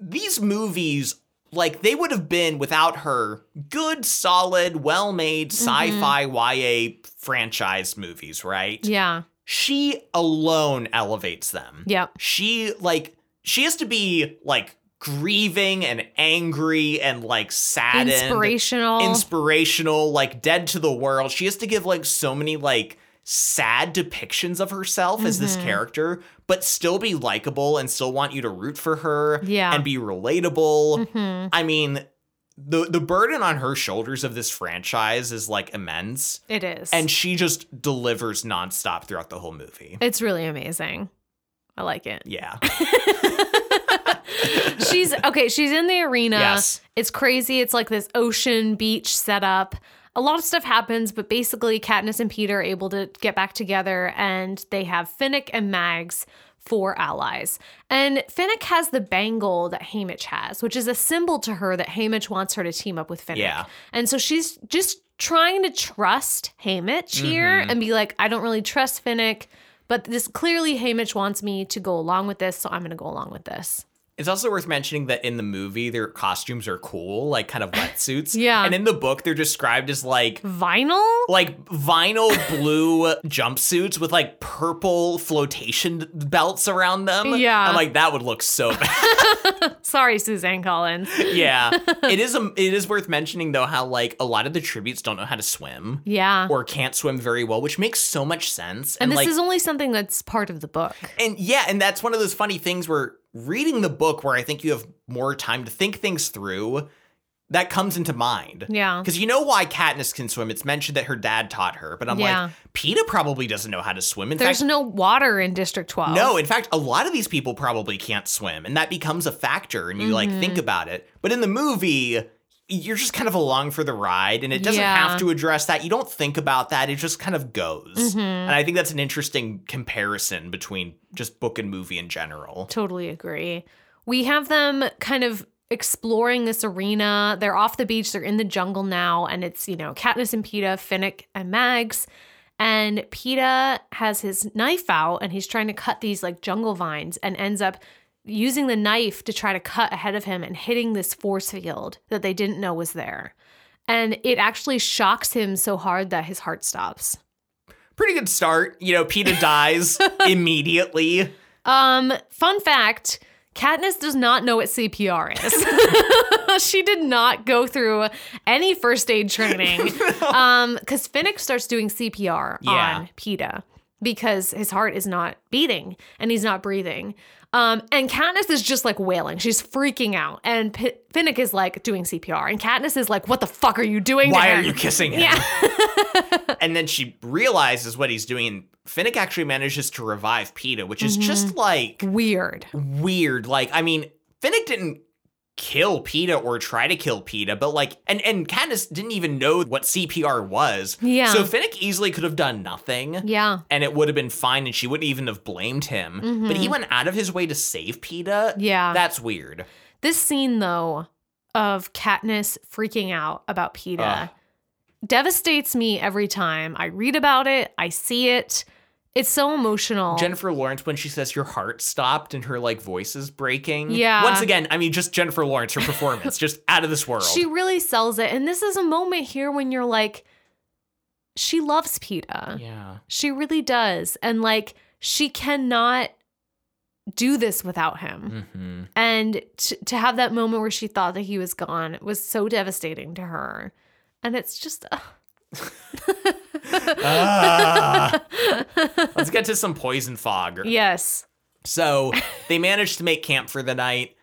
these movies, like they would have been without her, good, solid, well-made sci-fi YA franchise movies, right?
Mm-hmm. Yeah.
She alone elevates them
Yep.
she like she has to be like grieving and angry and like saddened
Inspirational.
inspirational like dead to the world she has to give like so many like sad depictions of herself as this
Mhm.
character but still be likable and still want you to root for her
Yeah.
and be relatable
Mhm.
i mean the the burden on her shoulders of this franchise is like immense
It is.
and she just delivers nonstop throughout the whole movie
it's really amazing. I like it.
yeah
she's okay. She's in the arena.
Yes.
It's crazy. It's like this ocean beach setup. A lot of stuff happens, but basically, Katniss and Peter are able to get back together, and they have Finnick and Mags for allies. And Finnick has the bangle that Haymitch has, which is a symbol to her that Haymitch wants her to team up with Finnick.
Yeah.
And so she's just trying to trust Haymitch here and be like, I don't really trust Finnick, but this clearly Haymitch wants me to go along with this, so I'm going to go along with this.
It's also worth mentioning that in the movie, their costumes are cool, like kind of wetsuits.
Yeah.
And in the book, they're described as like
Vinyl?
like vinyl blue jumpsuits with like purple flotation belts around them.
Yeah.
I'm like, that would look so bad.
Sorry, Suzanne Collins.
yeah. It is a, it is worth mentioning though how like a lot of the tributes don't know how to swim
Yeah.
or can't swim very well, which makes so much sense.
and this
like
is only something that's part of the book.
And yeah, and that's one of those funny things where reading the book, where I think you have more time to think things through, that comes into mind.
Yeah.
Because you know why Katniss can swim. It's mentioned that her dad taught her, but I'm
Yeah.
like, PETA probably doesn't know how to swim. In
There's
fact,
no water in District 12.
no, in fact, a lot of these people probably can't swim, and that becomes a factor, and you like
Mm-hmm.
think about it. But in the movie, you're just kind of along for the ride, and it doesn't
Yeah.
have to address that. You don't think about that; it just kind of goes.
Mm-hmm.
And I think that's an interesting comparison between just book and movie in general.
Totally agree. We have them kind of exploring this arena. They're off the beach, they're in the jungle now, and it's, you know, Katniss and PETA, Finnick and Mags. And PETA has his knife out and he's trying to cut these like jungle vines and ends up using the knife to try to cut ahead of him and hitting this force field that they didn't know was there. And it actually shocks him so hard that his heart stops.
Pretty good start. You know, PETA dies immediately.
Um, fun fact Katniss does not know what CPR is. she did not go through any first aid training. Um, because Finnick starts doing CPR
Yeah.
on PETA because his heart is not beating and he's not breathing. Um, and Katniss is just like wailing. She's freaking out. And P- Finnick is like doing CPR. And Katniss is like, what the fuck are you doing? to
Why are
him?"
you kissing him? and then she realizes what he's doing. Finnick actually manages to
Mm-hmm.
revive PETA, which is just like
Weird.
weird. Like, I mean, Finnick didn't kill PETA or try to kill PETA, but like, and and Katniss didn't even know what CPR was.
Yeah.
So Finnick easily could have done nothing.
Yeah.
And it would have been fine, and she wouldn't even have blamed him. But he went out of his way to save PETA.
Mm-hmm. Yeah.
That's weird.
This scene though of Katniss freaking out about PETA
Ugh.
devastates me every time I read about it, I see it. It's so emotional.
Jennifer Lawrence, when she says your heart stopped and her like voice is breaking.
Yeah.
Once again, I mean, just Jennifer Lawrence, her performance, just out of this world.
she really sells it and this is a moment here when you're like she loves PETA.
yeah.
She really does and like she cannot do this without him.
Mm-hmm.
And t- to have that moment where she thought that he was gone was so devastating to her. And it's just. ugh.
Ah. Let's get to some poison fog.
yes.
So they manage to make camp for the night,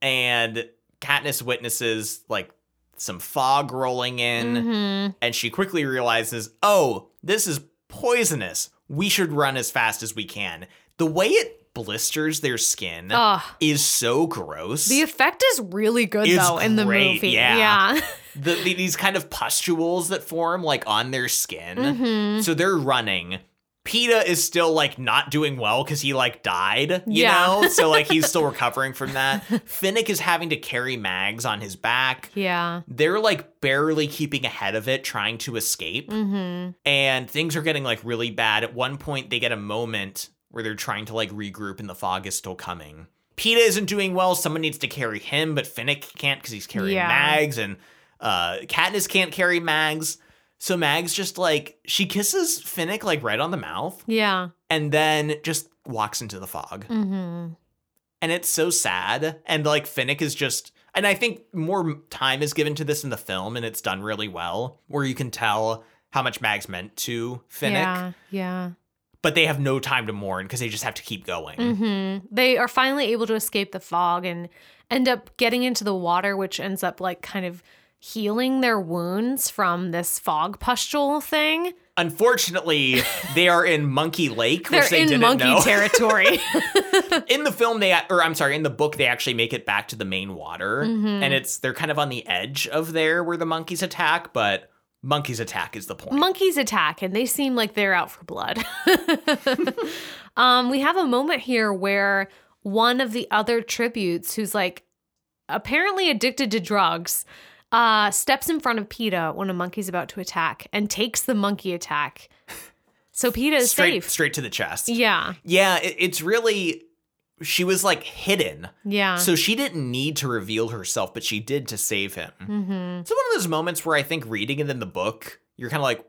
and Katniss witnesses like some fog rolling in,
Mhm.
and she quickly realizes, oh, this is poisonous. We should run as fast as we can. The way it blisters their skin
Ugh.
is so gross.
Oh. The effect is really good
It's
though in the
great,
movie.
yeah. The- the- these kind of pustules that form like on their skin.
Mhm.
So they're running. PETA is still like not doing well because he like died, you
Yeah.
know? So like he's still recovering from that. Finnick is having to carry Mags on his back.
Yeah.
They're like barely keeping ahead of it, trying to escape.
hmm
And things are getting like really bad. At one point, they get a moment where they're trying to like regroup and the fog is still coming. PETA isn't doing well. Someone needs to carry him, but Finnick can't because he's carrying
Yeah.
Mags and uh, Katniss can't carry Mags. So Mags just like, she kisses Finnick like right on the mouth
Yeah.
and then just walks into the fog.
hmm
And it's so sad. And like Finnick is just, and I think more time is given to this in the film and it's done really well where you can tell how much Mags meant to Finnick
Yeah. Yeah.
but they have no time to mourn because they just have to keep going.
hmm They are finally able to escape the fog and end up getting into the water, which ends up like kind of healing their wounds from this fog pustule thing.
Unfortunately, they are in Monkey Lake,
They're
which they
in
didn't
monkey
know.
territory.
in the film, they or I'm sorry, in the book, they actually make it back to the main water,
Mhm.
and it's they're kind of on the edge of there where the monkeys attack, but monkeys attack is the point.
Monkeys attack, and they seem like they're out for blood. um, we have a moment here where one of the other tributes, who's like apparently addicted to drugs, uh, steps in front of PETA when a monkey's about to attack and takes the monkey attack. So PETA is
straight
safe.
straight to the chest.
Yeah,
Yeah, it, it's really she was like hidden.
yeah.
So she didn't need to reveal herself, but she did to save him.
hmm
It's one of those moments where I think reading it in the book, you're kind of like, wait,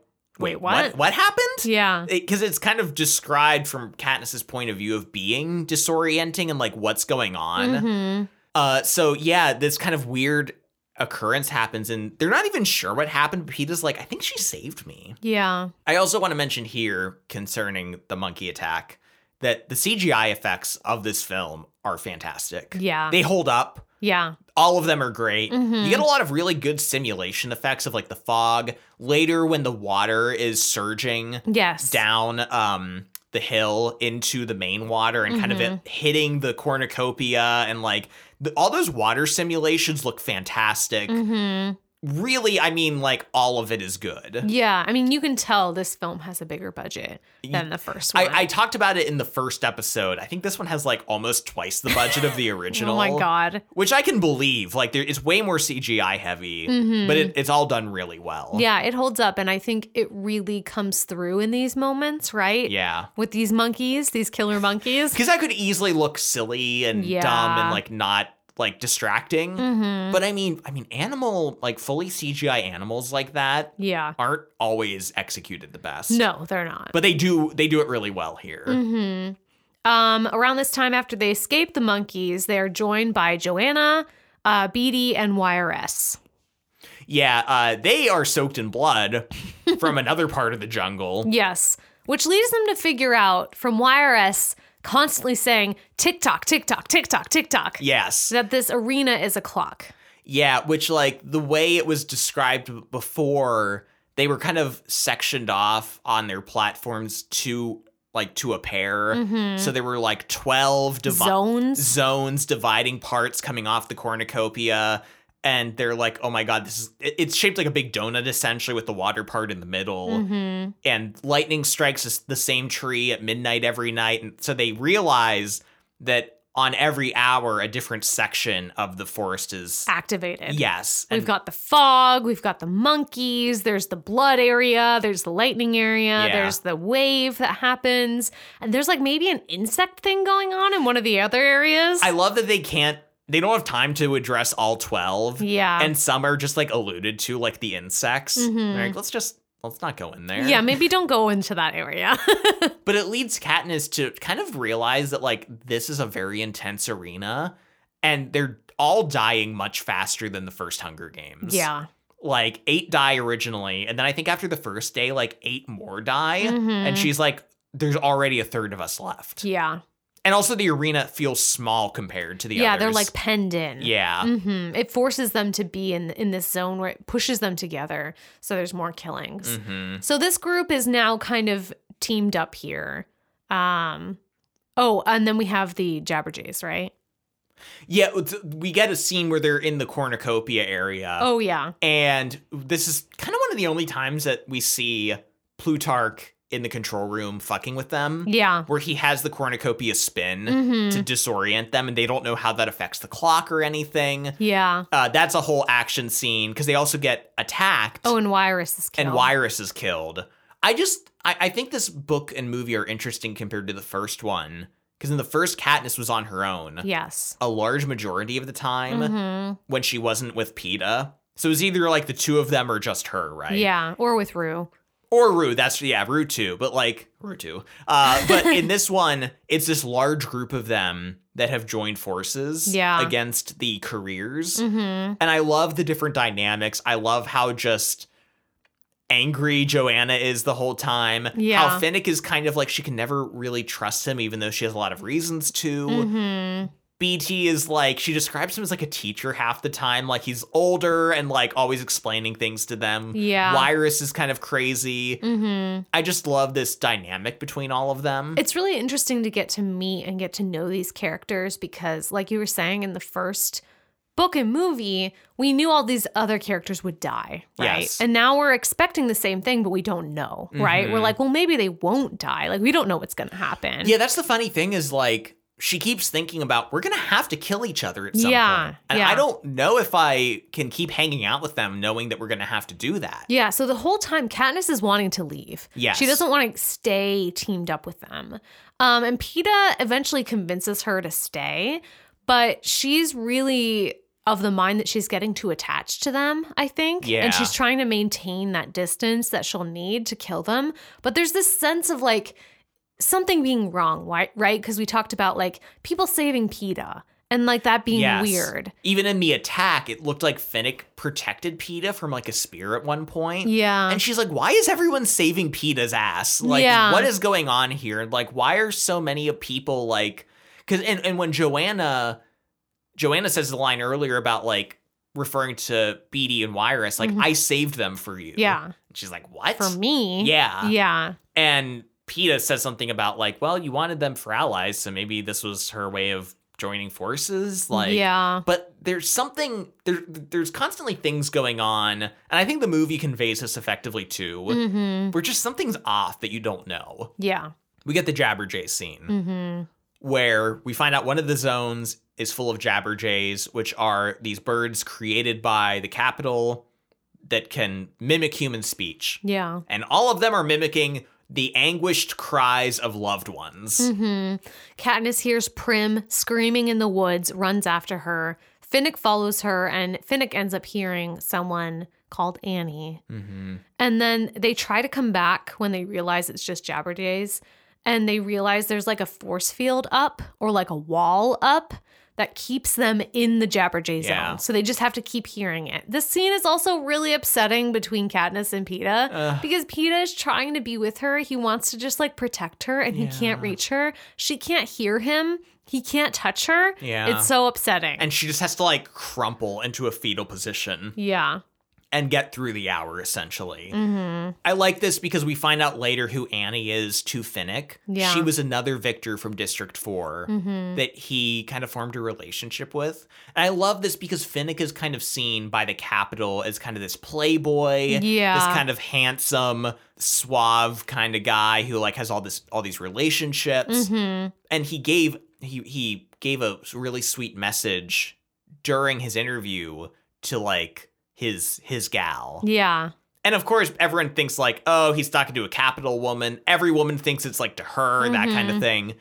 Wait,
what?
what?
What, happened?
Yeah,
because it's kind of described from Katniss's point of view of being disorienting and like what's going on.
Mhm.
Uh, so yeah, this kind of weird occurrence happens, and they're not even sure what happened. But Peta's like, I think she saved me.
yeah.
I also want to mention here concerning the monkey attack that the CGI effects of this film are fantastic.
Yeah.
They hold up
Yeah.
all of them are great.
Mhm.
You get a lot of really good simulation effects of like the fog. Later, when the water is surging
Yes.
down um, the hill into the main water and kind of
Mm-hmm.
it hitting the cornucopia and like the, all those water simulations look fantastic.
hmm
Really, I mean, like all of it is good.
Yeah. I mean, you can tell this film has a bigger budget than the first one.
I, I talked about it in the first episode. I think this one has like almost twice the budget of the original.
Oh my god.
Which I can believe. Like, there, it's way more CGI heavy,
Mhm.
but it, it's all done really well.
Yeah, it holds up and I think it really comes through in these moments, right?
Yeah.
With these monkeys, these killer monkeys.
Because I could easily look silly and dumb and
Yeah.
like not like distracting.
Mhm.
But I mean, I mean, animal like fully CGI animals like that
Yeah.
aren't always executed the best.
No, they're not.
but they do they do it really well here.
Mhm. Um around this time after they escape the monkeys, they are joined by Joanna, uh Beatty and YRS.
Yeah, uh, they are soaked in blood from another part of the jungle.
Yes, which leads them to figure out from YRS constantly saying TikTok, TikTok, TikTok, TikTok
Yes.
that this arena is a clock.
Yeah, which like the way it was described before, they were kind of sectioned off on their platforms to like to a pair.
Mhm.
So there were like 12 divi-
Zones.
zones dividing parts coming off the cornucopia and they're like oh my god this is it- it's shaped like a big donut essentially with the water part in the middle
Mhm.
and lightning strikes this- the same tree at midnight every night and so they realize that on every hour a different section of the forest is
Activated.
yes
We've got the fog, we've got the monkeys, there's the blood area, there's the lightning area,
Yeah.
there's the wave that happens, and there's like maybe an insect thing going on in one of the other areas.
i love that they can't they don't have time to address all 12
yeah.
and some are just like alluded to like the insects
Mhm.
They're like let's just let's not go in there
yeah, maybe don't go into that area.
But it leads Katniss to kind of realize that like this is a very intense arena and they're all dying much faster than the first Hunger Games.
yeah.
Like 8 die originally and then I think after the first day like 8 more die and
Mhm.
she's like there's already a third of us left.
yeah.
And also the arena feels small compared to the
yeah,
others.
they're like penned in.
Yeah.
hmm It forces them to be in in this zone where it pushes them together, so there's more killings.
Mhm.
So this group is now kind of teamed up here. Um Oh, and then we have the Jabberjays, right?
Yeah, it's- we get a scene where they're in the cornucopia area.
oh yeah.
And this is kind of one of the only times that we see Plutarch in the control room fucking with them,
Yeah.
where he has the cornucopia spin
hmm
to disorient them, and they don't know how that affects the clock or anything.
Yeah.
Uh, that's a whole action scene because they also get attacked
Oh, and Wyrus is killed.
and Wyrus is killed. I just, I, I think this book and movie are interesting compared to the first one because in the first, Katniss was on her own.
Yes.
A large majority of the time
Mhm.
when she wasn't with PETA. So it was either like the two of them or just her, right?
Yeah. Or with Rue.
or Rue. That's yeah, Rue too. But like Rue too. Uh, but in this one, it's this large group of them that have joined forces
Yeah.
against the careers,
hmm
and I love the different dynamics. I love how just angry Joanna is the whole time.
Yeah.
How Finnick is kind of like she can never really trust him, even though she has a lot of reasons to.
hmm
BT is like she describes him as like a teacher half the time, like he's older and like always explaining things to them.
Yeah.
Wyrus is kind of crazy.
hmm
I just love this dynamic between all of them.
It's really interesting to get to meet and get to know these characters because, like you were saying in the first book and movie, we knew all these other characters would die, right?
Yes.
And now we're expecting the same thing, but we don't know, right? We're
Mhm.
like, well, maybe they won't die. Like, we don't know what's going to happen.
yeah, that's the funny thing is like she keeps thinking about we're gonna have to kill each other at some
Yeah,
point. And
yeah.
I don't know if I can keep hanging out with them knowing that we're gonna have to do that.
Yeah, so the whole time Katniss is wanting to leave.
Yes.
She doesn't want to stay teamed up with them. Um, and PETA eventually convinces her to stay, but she's really of the mind that she's getting too attached to them, I think.
Yeah.
And she's trying to maintain that distance that she'll need to kill them. But there's this sense of like something being wrong, right? Right? Because we talked about like people saving PETA and like that being
Yes.
weird.
Even in the attack, it looked like Finnick protected PETA from like a spear at one point.
Yeah.
And she's like, why is everyone saving PETA's ass? Like,
Yeah.
what is going on here? And like, why are so many of people like, because, and, and when Joanna, Joanna says the line earlier about like referring to Beatty and Wyrus, like,
Mhm.
I saved them for you.
yeah.
And she's like, what?
For me.
Yeah.
Yeah.
And PETA says something about like, well, you wanted them for allies, so maybe this was her way of joining forces. Like,
yeah.
but there's something there there's constantly things going on and i think the movie conveys this effectively too
Mm-hmm.
where just something's off that you don't know
Yeah.
we get the jabberjay scene
Mm-hmm.
where we find out one of the zones is full of jabberjays which are these birds created by the capital that can mimic human speech
Yeah.
and all of them are mimicking the anguished cries of loved ones
Mm-hmm. Katniss hears Prim screaming in the woods, runs after her. Finnick follows her, and Finnick ends up hearing someone called Annie.
Mhm.
And then they try to come back when they realize it's just Jabberdays. And they realize there's like a force field up or like a wall up that keeps them in the Jabberjay
Yeah.
zone. So they just have to keep hearing it. This scene is also really upsetting between Katniss and PETA.
Ugh.
Because PETA is trying to be with her. He wants to just like protect her and he can't
Yeah.
reach her. She can't hear him. He can't touch her.
yeah
It's so upsetting.
and she just has to like crumple into a fetal position
yeah.
and get through the hour essentially.
hmm
I like this because we find out later who Annie is to Finnick.
Yeah.
She was another victor from District 4
hmm
that he kind of formed a relationship with. And I love this because Finnick is kind of seen by the Capitol as kind of this playboy,
Yeah.
this kind of handsome, suave kind of guy who like has all this all these relationships.
Mhm.
And he gave he he gave a really sweet message during his interview to like his his gal.
Yeah.
And of course, everyone thinks like, oh, he's talking to a capital woman. Every woman thinks it's like to her, that kind of
Mhm.
thing.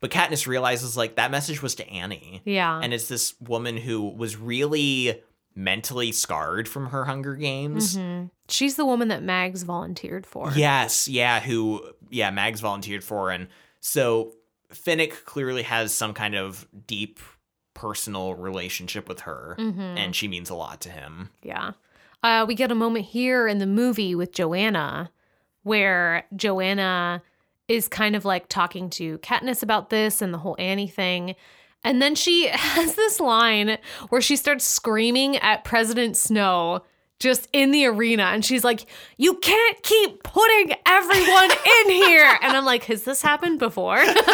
But Katniss realizes like that message was to Annie.
Yeah.
And it's this woman who was really mentally scarred from her Hunger Games.
Mhm. She's the woman that Mags volunteered for.
Yes, yeah, who, yeah, Mags volunteered for. And so Finnick clearly has some kind of deep personal relationship with her.
Mhm.
And she means a lot to him.
Yeah. Uh, we get a moment here in the movie with Joanna where Joanna is kind of like talking to Katniss about this and the whole Annie thing. And then she has this line where she starts screaming at President Snow just in the arena. And she's like, You can't keep putting everyone in here. And I'm like, Has this happened before?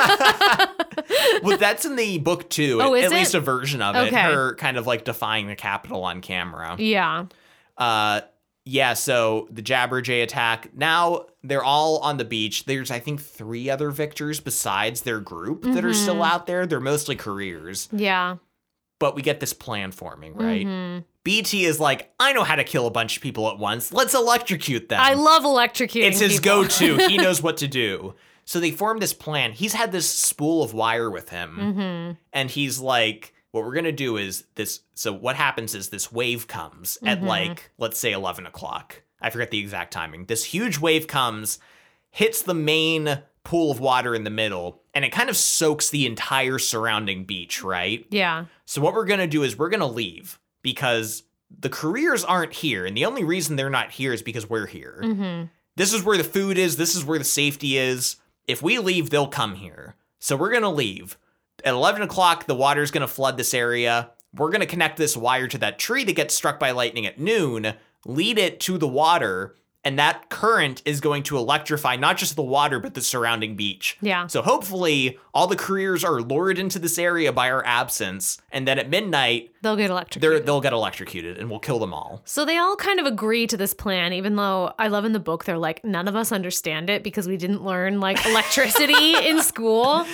well, that's in the book too.
Oh,
at, at
is it?
least a version of it.
Okay.
Her kind of like defying the capital on camera.
yeah.
Uh, yeah. So the Jabberjay attack. Now they're all on the beach. There's I think three other victors besides their group that are still
Mhm.
out there. They're mostly careers,
Yeah.
but we get this plan forming, right? Um,
Mhm.
BT is like, I know how to kill a bunch of people at once. Let's electrocute them.
I love electrocuting.
It's his
people.
go-to. he knows what to do. So they form this plan. He's had this spool of wire with him
Mhm.
and he's like what we're gonna do is this so what happens is this wave comes at
Mhm.
like let's say 11 o'clock i forget the exact timing this huge wave comes hits the main pool of water in the middle and it kind of soaks the entire surrounding beach right
Yeah.
so what we're gonna do is we're gonna leave because the careers aren't here and the only reason they're not here is because we're here
hmm
this is where the food is, this is where the safety is. If we leave, they'll come here. So we're gonna leave. At 11 o'clock, the water's gonna flood this area. We're gonna connect this wire to that tree that gets struck by lightning at noon, lead it to the water, and that current is going to electrify not just the water, but the surrounding beach.
Yeah.
So hopefully, all the careers are lured into this area by our absence, and then at midnight,
They'll get
they're,
electrocuted.
they'll get electrocuted and we'll kill them all.
so they all kind of agree to this plan, even though I love in the book they're like none of us understand it because we didn't learn like electricity in school.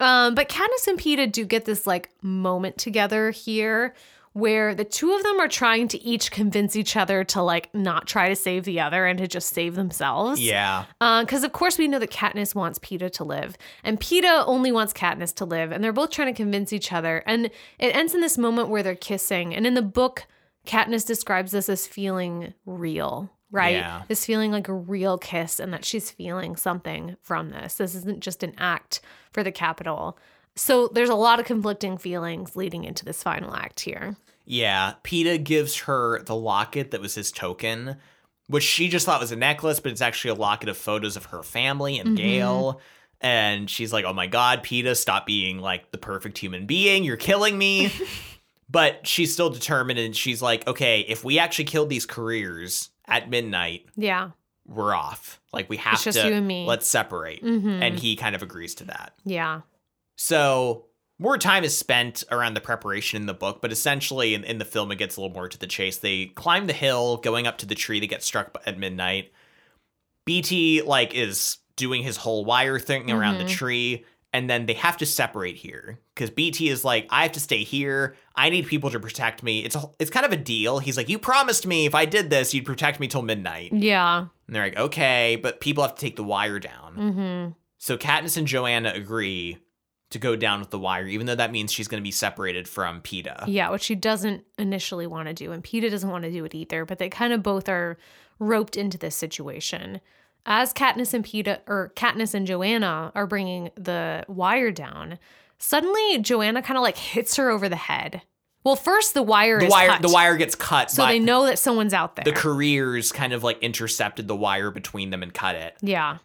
Um, but Katniss and Peeta do get this like moment together here where the two of them are trying to each convince each other to like not try to save the other and to just save themselves.
Yeah.
Because Uh, of course we know that Katniss wants Peeta to live, and Peeta only wants Katniss to live, and they're both trying to convince each other. And it ends in this moment where they're kissing. And in the book, Katniss describes this as feeling real, right?
Yeah.
This feeling like a real kiss, and that she's feeling something from this. This isn't just an act for the Capitol. So there's a lot of conflicting feelings leading into this final act here.
Yeah, PETA gives her the locket that was his token, which she just thought was a necklace, but it's actually a locket of photos of her family and
Mhm.
Gail. And she's like, oh my God, PETA, stop being like the perfect human being. You're killing me. but she's still determined. And she's like, okay, if we actually killed these careers at midnight,
Yeah.
we're off. Like, we have
it's just
to,
you and me.
let's separate.
Mhm.
And he kind of agrees to that.
yeah.
So more time is spent around the preparation in the book, but essentially in, in the film, it gets a little more to the chase. They climb the hill, going up to the tree that gets struck b- at midnight. BT like is doing his whole wire thing around the
Mhm.
tree, and then they have to separate here because BT is like, I have to stay here. I need people to protect me. It's a, it's kind of a deal. He's like, you promised me if I did this, you'd protect me till midnight.
Yeah.
And they're like, okay, but people have to take the wire down.
hmm
So Katniss and Joanna agree to go down with the wire, even though that means she's going to be separated from PETA.
Yeah, which she doesn't initially want to do. And PETA doesn't want to do it either, but they kind of both are roped into this situation. As Katniss and PETA, or Katniss and Joanna are bringing the wire down, suddenly Joanna kind of like hits her over the head. Well, first the wire
The
is
wire,
cut,
the wire gets cut.
so
by
they know that someone's out there.
the careers kind of like intercepted the wire between them and cut it.
yeah,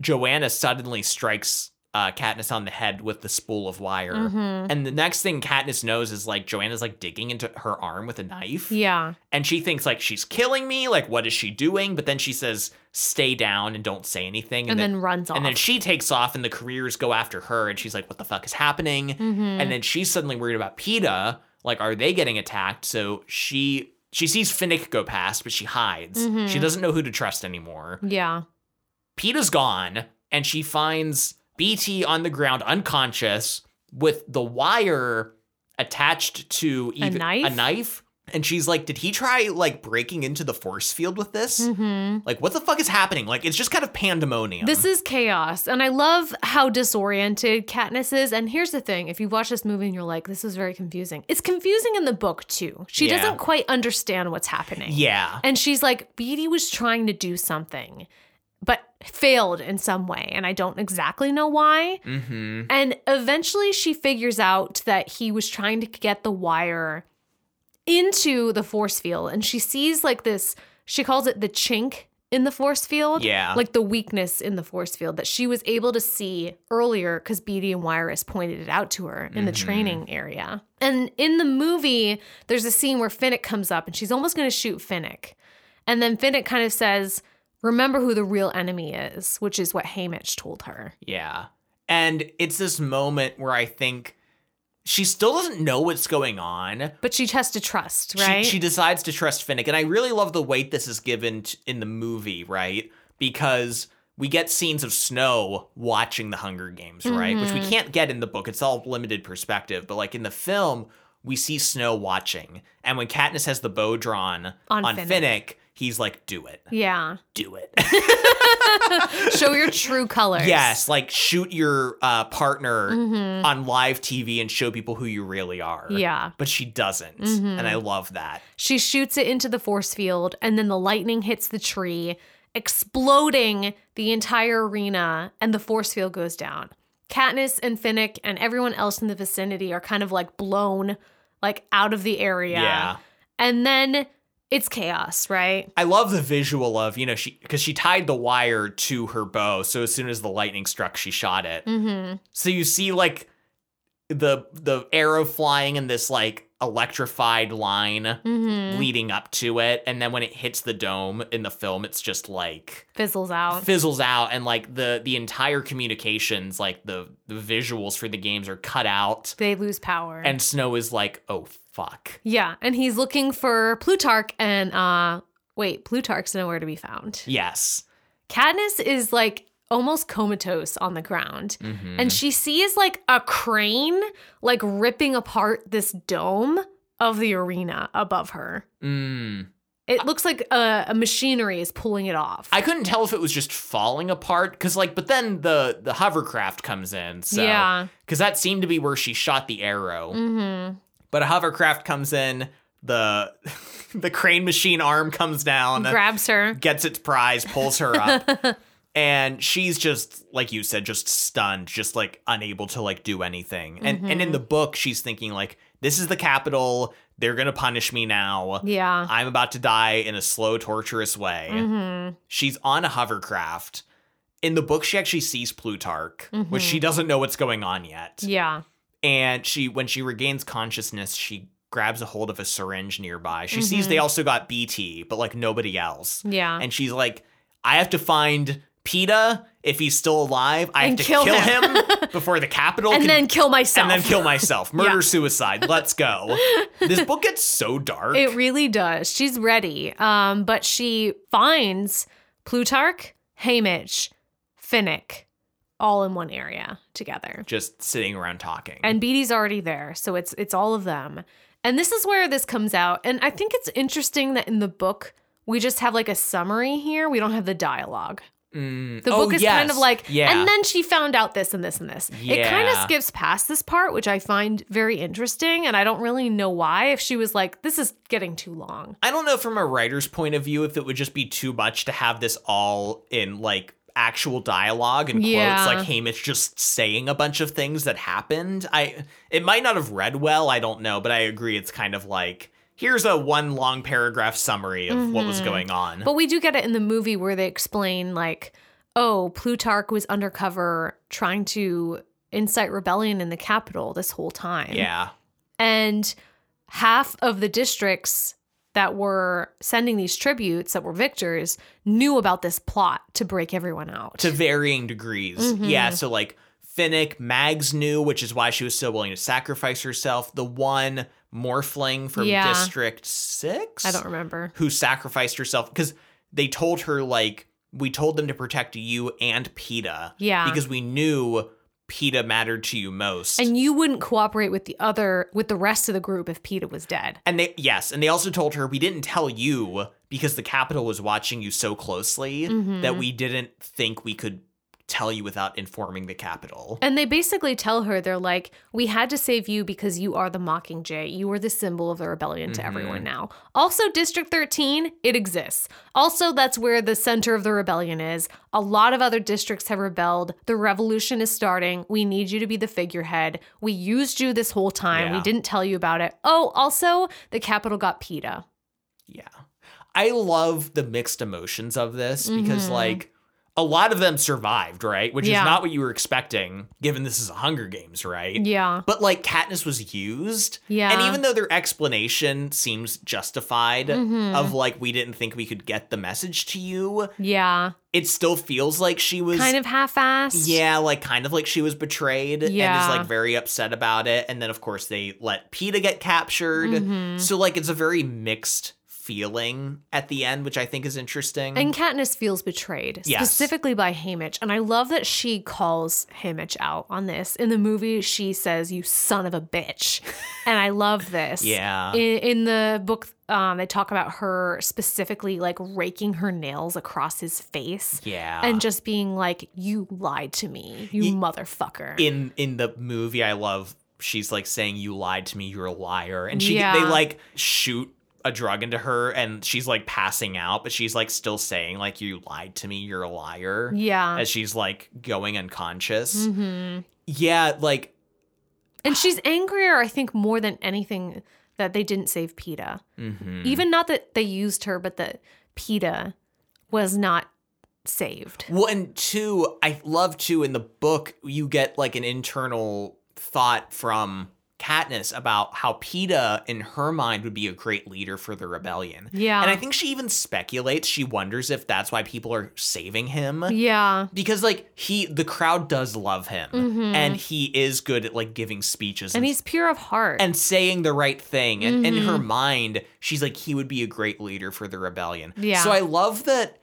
Joanna suddenly strikes uh, Katniss on the head with the spool of wire.
Mhm.
And the next thing Katniss knows is like Joanna's like digging into her arm with a knife.
Yeah.
And she thinks like she's killing me. Like, what is she doing? But then she says, stay down and don't say anything.
And, then, runs off.
and then she takes off and the careers go after her. And she's like, what the fuck is happening?
Mhm.
And then she's suddenly worried about PETA. Like, are they getting attacked? So she she sees Finnick go past, but she hides.
Mhm.
She doesn't know who to trust anymore.
yeah.
PETA's gone, and she finds BT on the ground unconscious with the wire attached to even,
knife?
A knife. And she's like, did he try like breaking into the force field with this?
hmm
Like, what the fuck is happening? Like, it's just kind of pandemonium.
This is chaos. And I love how disoriented Katniss is. And here's the thing if you watch this movie and you're like, this is very confusing, it's confusing in the book too. She
Yeah.
doesn't quite understand what's happening.
yeah.
And she's like, Beatty was trying to do something, but failed in some way. And I don't exactly know why.
Mm-hmm.
And eventually she figures out that he was trying to get the wire into the force field. And she sees like this, she calls it the chink in the force field.
Yeah.
Like the weakness in the force field that she was able to see earlier because Beatty and Wyrus pointed it out to her in the
Mhm.
training area. And in the movie, there's a scene where Finnick comes up and she's almost going to shoot Finnick. And then Finnick kind of says, Remember who the real enemy is, which is what Haymitch told her.
Yeah. And it's this moment where I think she still doesn't know what's going on.
But she has to trust,
She-
right?
She, decides to trust Finnick. And I really love the weight this is given t- in the movie, right? Because we get scenes of Snow watching the Hunger Games, right? Which we
Mhm.
can't get in the book. It's all limited perspective. But like in the film, we see Snow watching. And when Katniss has the bow drawn
On
on,
Finnick.
Finnick. he's like, do it,
yeah.
do it.
Show your true colors.
yes, like shoot your uh, partner
hmm
on live TV and show people who you really are.
Yeah.
But she doesn't.
Mhm.
And I love that.
She shoots it into the force field, and then the lightning hits the tree, exploding the entire arena, and the force field goes down. Katniss and Finnick and everyone else in the vicinity are kind of like blown like out of the area. And then it's chaos, right?
I love the visual of, you know, she because she tied the wire to her bow, so as soon as the lightning struck, she shot it.
Mm-hmm.
So you see like the the arrow flying in this like electrified line
Mm-hmm.
leading up to it, and then when it hits the dome in the film, it's just like
Fizzles out.
fizzles out and like the the entire communications, like the, the visuals for the games are cut out.
They lose power.
And Snow is like, oh fuck.
yeah, and he's looking for Plutarch and uh wait, Plutarch's nowhere to be found.
Yes.
Katniss is like almost comatose on the ground.
Mm-hmm.
and she sees like a crane like ripping apart this dome of the arena above her.
mm.
It looks like a, a machinery is pulling it off.
I couldn't tell if it was just falling apart because, like, but then the the hovercraft comes in. So,
Yeah.
Because that seemed to be where she shot the arrow.
Mm-hmm.
But a hovercraft comes in. The the crane machine arm comes down,
Grabs her.
gets its prize, pulls her up, and she's just like you said, just stunned, just like unable to like do anything. And and
Mm-hmm.
in the book, she's thinking like, this is the capital. They're gonna punish me now.
Yeah.
I'm about to die in a slow, torturous way.
Mm-hmm.
She's on a hovercraft. In the book, she actually sees Plutarch, which
Mhm.
she doesn't know what's going on yet.
Yeah.
And she, when she regains consciousness, she grabs a hold of a syringe nearby. She sees
Mm-hmm.
they also got BT, but like nobody else.
Yeah.
And she's like, I have to find PETA if he's still alive. I have
And
to
kill
kill,
him."
him. before the Capitol
And
can
then kill
and
myself.
then kill myself. Murder suicide. Let's go. this book gets so dark.
It really does. She's ready. Um, but she finds Plutarch, Haymitch, Finnick all in one area together.
just sitting around talking.
and Beatty's already there, so it's it's all of them. And this is where this comes out. And I think it's interesting that in the book we just have like a summary here. We don't have the dialogue.
Mm,
The
oh,
book is kind of
yes,
like,
yeah.
and then she found out this and this and this. It kind of
Yeah.
skips past this part, which I find very interesting. And I don't really know why. If she was like, this is getting too long.
I don't know from a writer's point of view if it would just be too much to have this all in like actual dialogue and
Yeah.
quotes like Hamish just saying a bunch of things that happened. I it might not have read well, I don't know, but I agree it's kind of like here's a one long paragraph summary of what was
Mhm.
going on.
But we do get it in the movie where they explain, like, oh, Plutarch was undercover trying to incite rebellion in the capital this whole time.
Yeah.
And half of the districts that were sending these tributes that were victors knew about this plot to break everyone out.
To varying degrees.
Mhm.
Yeah. So like Finnick, Mags knew, which is why she was so willing to sacrifice herself. The one Morphling from
Yeah.
District Six.
I don't remember.
who sacrificed herself because they told her like we told them to protect you and PETA
Yeah.
because we knew PETA mattered to you most.
and you wouldn't cooperate with the other with the rest of the group if PETA was dead.
And they yes, and they also told her we didn't tell you because the Capitol was watching you so closely
Mm-hmm.
that we didn't think we could tell you without informing the Capitol.
And they basically tell her they're like, "We had to save you because you are the Mockingjay. You are the symbol of the rebellion to everyone now." Also, District 13, it exists. Also, that's where the center of the rebellion is. A lot of other districts have rebelled. The revolution is starting. We need you to be the figurehead. We used you this whole time. We
Yeah.
didn't tell you about it. Oh, also, the capital got PETA.
Yeah. I love the mixed emotions of this because
Mhm.
like a lot of them survived, right? Which
Yeah.
is not what you were expecting given this is a Hunger Games, right?
Yeah.
But like Katniss was used.
Yeah.
And even though their explanation seems justified
Mhm.
of like we didn't think we could get the message to you,
Yeah.
it still feels like she was
Kind of half-assed.
Yeah, like kind of like she was betrayed and
Yeah.
is like very upset about it. And then of course they let PETA get captured.
Mhm.
So like it's a very mixed feeling at the end, which I think is interesting.
And Katniss feels betrayed,
Yes.
specifically by Haymitch. And I love that she calls Haymitch out on this. In the movie, she says, You son of a bitch. And I love this.
yeah.
In, in the book, um, they talk about her specifically like raking her nails across his face
yeah.
and just being like, You lied to me, you
Ye-
motherfucker.
in in the movie I love she's like saying you lied to me you're a liar and she they
Yeah.
like shoot a drug into her and she's like passing out but she's like still saying like you lied to me you're a liar
yeah.
as she's like going unconscious
hmm
yeah like
And she's angrier, I think, more than anything that they didn't save PETA.
mhm.
even not that they used her but that peta was not saved
well and two I love too in the book you get like an internal thought from Katniss about how PETA in her mind would be a great leader for the rebellion
yeah
And I think she even speculates, she wonders if that's why people are saving him.
yeah
Because like he the crowd does love him
Mhm.
and he is good at like giving speeches
and he's pure of heart
and saying the right thing. And in
Mhm.
her mind, she's like, he would be a great leader for the rebellion.
Yeah.
So I love that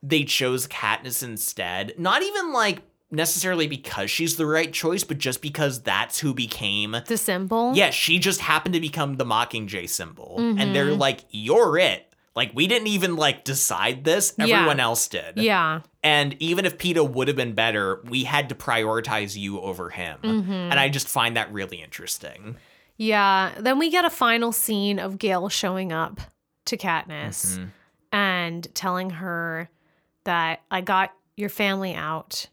they chose Katniss instead. Not even like necessarily because she's the right choice, but just because that's who became
the symbol
yeah, she just happened to become the Mockingjay symbol. And they're
Mhm.
like, you're it. Like, we didn't even like decide this.
Yeah.
Everyone else did.
yeah
And even if PETA would have been better, we had to prioritize you over him.
Mhm.
Uh, And I just find that really interesting.
yeah then we get a final scene of gail showing up to katniss
Mhm.
and telling her that i got your family out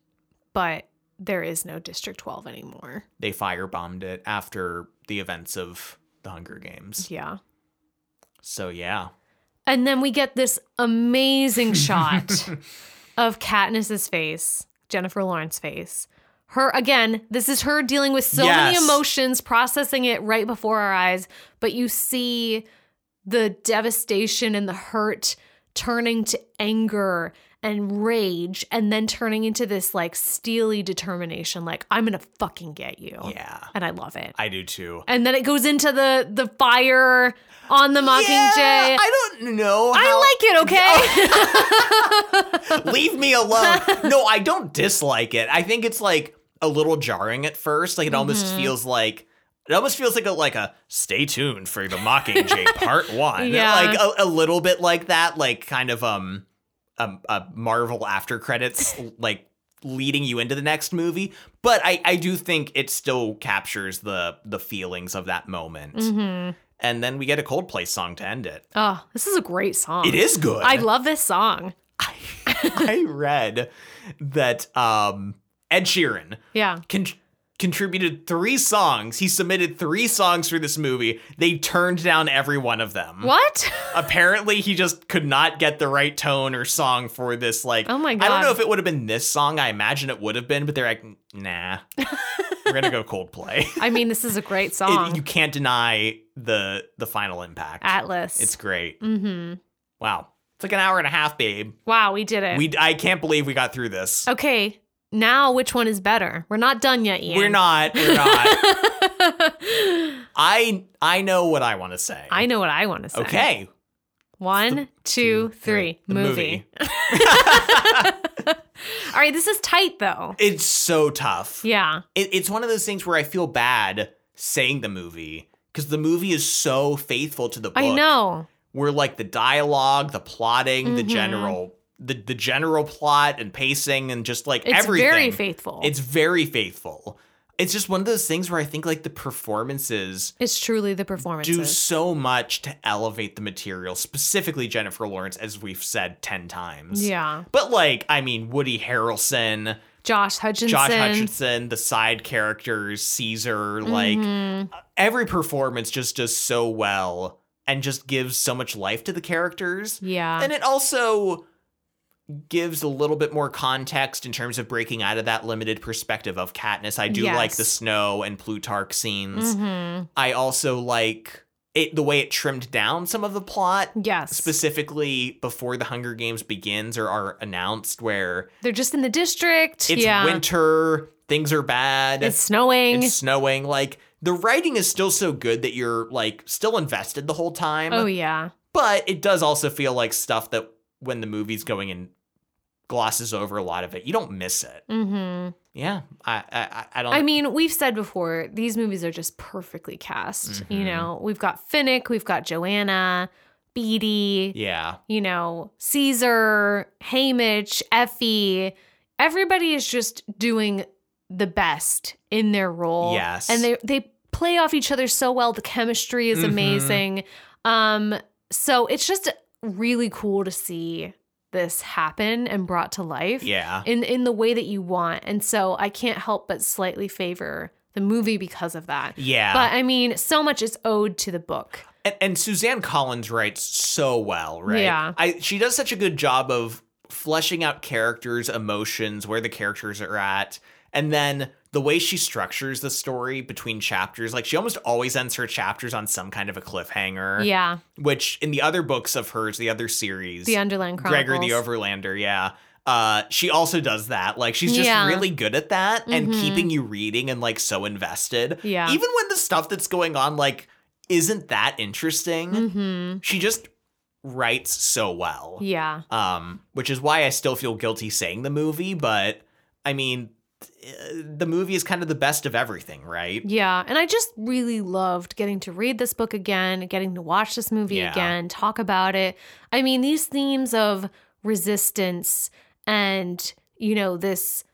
but there is no district 12 anymore
They firebombed it after the events of the Hunger Games.
yeah
So yeah.
And then we get this amazing shot of Katniss's face, Jennifer Lawrence's face. Her again, this is her dealing with so many
Yes.
emotions, processing it right before our eyes, but you see the devastation and the hurt turning to anger and rage and then turning into this like steely determination like I'm going to fucking get you.
Yeah.
And I love it.
I do too.
And then it goes into the the fire on the Mockingjay.
Yeah, I don't know.
I
how-
like it, okay?
Leave me alone. No, I don't dislike it. I think it's like a little jarring at first. Like it almost
Mm-hmm.
feels like it almost feels like a like a stay tuned for the Mockingjay Part One.
Yeah.
Like a, a little bit like that. Like kind of um a, a Marvel after credits like leading you into the next movie. But I I do think it still captures the the feelings of that moment.
mm-hmm.
And then we get a Coldplay song to end it.
Oh, this is a great song.
It is good.
Oh, I love this song.
I read that um Ed Sheeran
Yeah.
con- contributed three songs. He submitted three songs for this movie. They turned down every one of them.
What?
Apparently, he just could not get the right tone or song for this. Like,
Oh my
I don't know
God.
if it would have been this song. I imagine it would have been, but they're like, nah, we're gonna go Coldplay.
I mean, this is a great
It,
song.
you can't deny the the final impact.
Atlas.
It's great.
mm-hmm.
Wow, it's like an hour and a half, babe.
Wow, we did it.
We I can't believe we got through this.
okay, now which one is better? We're not done yet, Ian.
We're not. We're not. I I know what I want to say.
I know what I want to say.
Okay.
One, two, three.
The
Movie. All right, this is tight though.
It's so tough.
Yeah.
It, it's one of those things where I feel bad saying the movie because the movie is so faithful to the book.
I know.
Where like the dialogue, the plotting, the
Mhm.
general, the the general plot and pacing and just like
It's
everything.
very faithful.
It's very faithful. It's just one of those things where I think like the performances
It's truly the performances.
do so much to elevate the material, specifically Jennifer Lawrence, as we've said 10 times.
Yeah.
But, like, I mean, Woody Harrelson,
Josh Hutchinson.
Josh Hutcherson, the side characters, Caesar, like,
Mhm.
every performance just does so well and just gives so much life to the characters.
yeah.
And it also gives a little bit more context in terms of breaking out of that limited perspective of Katniss. I do like
Yes.
the snow and Plutarch scenes.
Mhm.
I also like it the way it trimmed down some of the plot,
Yes.
specifically before the Hunger Games begins or are announced, where
They're just in the district.
it's
yeah.
winter, things are bad,
It's snowing.
it's snowing. Like the writing is still so good that you're like still invested the whole time.
oh yeah.
But it does also feel like stuff that when the movie's going and glosses over a lot of it, you don't miss it.
Mhm.
Yeah, I I, I- I don't.
I mean, we've said before, these movies are just perfectly cast. You
Mhm.
know, we've got Finnick, we've got Joanna, Beatty,
yeah,
you know, Caesar, Hamish, Effie, everybody is just doing the best in their role.
Yes.
And they they play off each other so well. The chemistry is
Mhm.
amazing. Um so it's just really cool to see this happen and brought to life
yeah.
in in the way that you want. And so I can't help but slightly favor the movie because of that.
Yeah.
But I mean, so much is owed to the book.
And, and Suzanne Collins writes so well, right?
Yeah.
I she does such a good job of fleshing out characters' emotions, where the characters are at, and then the way she structures the story between chapters. Like she almost always ends her chapters on some kind of a cliffhanger.
Yeah.
Which in the other books of hers, the other series,
The Underland Chronicles.
Gregor the Overlander, yeah. Uh, she also does that. Like she's just
Yeah.
really good at that and
Mhm.
keeping you reading and like so invested.
Yeah.
Even when the stuff that's going on like isn't that interesting,
Mm-hmm.
she just writes so well.
Yeah.
Um, which is why I still feel guilty saying the movie, but I mean, uh, the movie is kind of the best of everything, right?
Yeah. And I just really loved getting to read this book again, getting to watch this movie
Yeah.
again, talk about it. I mean, these themes of resistance and, you know, this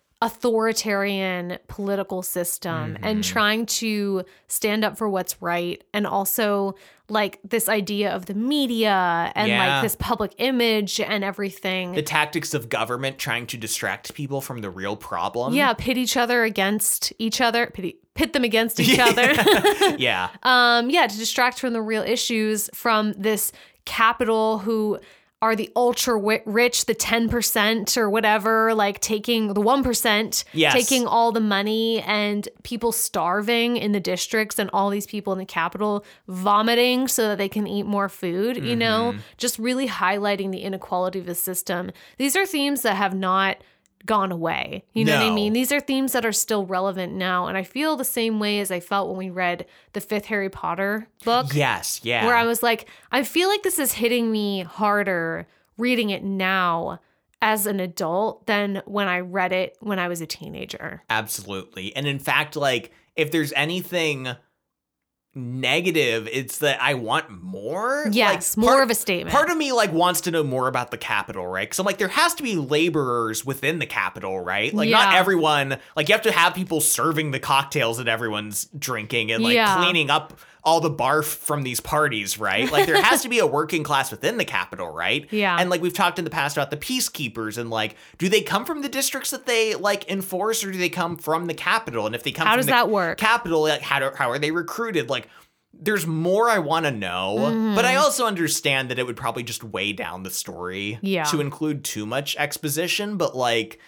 authoritarian political system and
Mhm.
trying to stand up for what's right and also like this idea of the media and
Yeah.
like this public image and everything.
The tactics of government trying to distract people from the real problem.
yeah, pit each other against each other, pit, pit them against each other.
yeah.
um yeah to distract from the real issues from this capital who are the ultra wi- rich the 10% or whatever like taking the 1%
Yes.
taking all the money and people starving in the districts and all these people in the capital vomiting so that they can eat more food you
Mm-hmm.
know just really highlighting the inequality of the system these are themes that have not gone away you know what i
No.
mean these are themes that are still relevant now and i feel the same way as i felt when we read the fifth harry potter book
Yes. Yeah.
where I was like, I feel like this is hitting me harder reading it now as an adult than when I read it when I was a teenager.
Absolutely. And in fact, like, if there's anything negative. It's that I want more.
Yes,
Like,
more
part-
of a statement.
Part of me like wants to know more about the capital, right? Because I'm like, there has to be laborers within the capital, right? Like, not
Yeah.
everyone. Like, you have to have people serving the cocktails that everyone's drinking and like
Yeah.
cleaning up all the barf from these parties, right? Like, there has to be a working class within the capital, right?
Yeah.
And like we've talked in the past about the peacekeepers and like, do they come from the districts that they like enforce, or do they come from the capital? And if they come,
How
from
does
the
that work?
capital like how, do, how are they recruited like there's more i want to know but
Mm-hmm.
i also understand that it would probably just weigh down the story
Yeah.
to include too much exposition but like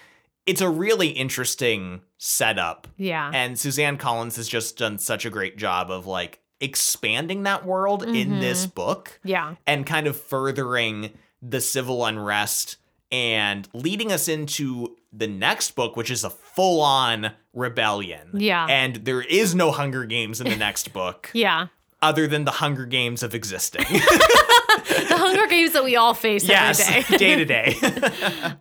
it's a really interesting setup
yeah.
and suzanne collins has just done such a great job of like expanding that world in
Mhm.
this book
yeah.
and kind of furthering the civil unrest and leading us into the next book, which is a full on rebellion.
Yeah.
And there is no Hunger Games in the next book
Yeah.
other than the Hunger Games of existing.
The Hunger Games that we all face every
yes,
day.
day to day.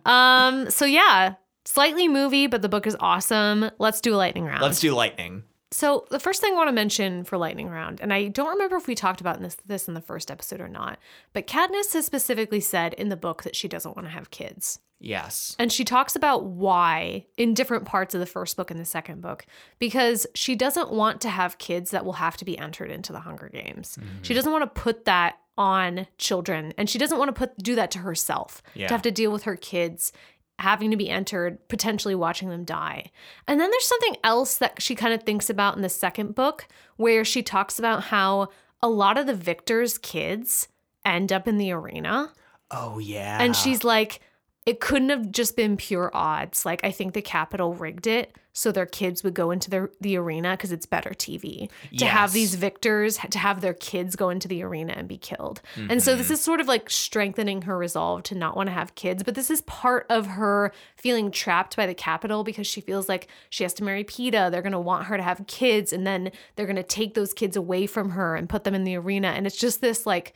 Um, so yeah, slightly movie, but the book is awesome. Let's do a lightning round.
Let's do lightning.
so the first thing I want to mention for lightning round, and I don't remember if we talked about this this in the first episode or not, but Katniss has specifically said in the book that she doesn't want to have kids.
Yes.
And she talks about why in different parts of the first book and the second book, because she doesn't want to have kids that will have to be entered into the Hunger Games. She doesn't want to put that on children, and she doesn't want to put do that to herself
Yeah.
to have to deal with her kids having to be entered, potentially watching them die. And then there's something else that she kind of thinks about in the second book, where she talks about how a lot of the victors' kids end up in the arena.
Oh, yeah.
And she's like, it couldn't have just been pure odds. Like, I think the Capitol rigged it so their kids would go into the, the arena because it's better TV to
Yes.
have these victors, to have their kids go into the arena and be killed. And so,
Mm-hmm.
this is sort of like strengthening her resolve to not want to have kids. But this is part of her feeling trapped by the Capitol because she feels like she has to marry PETA. They're going to want her to have kids and then they're going to take those kids away from her and put them in the arena. And it's just this like,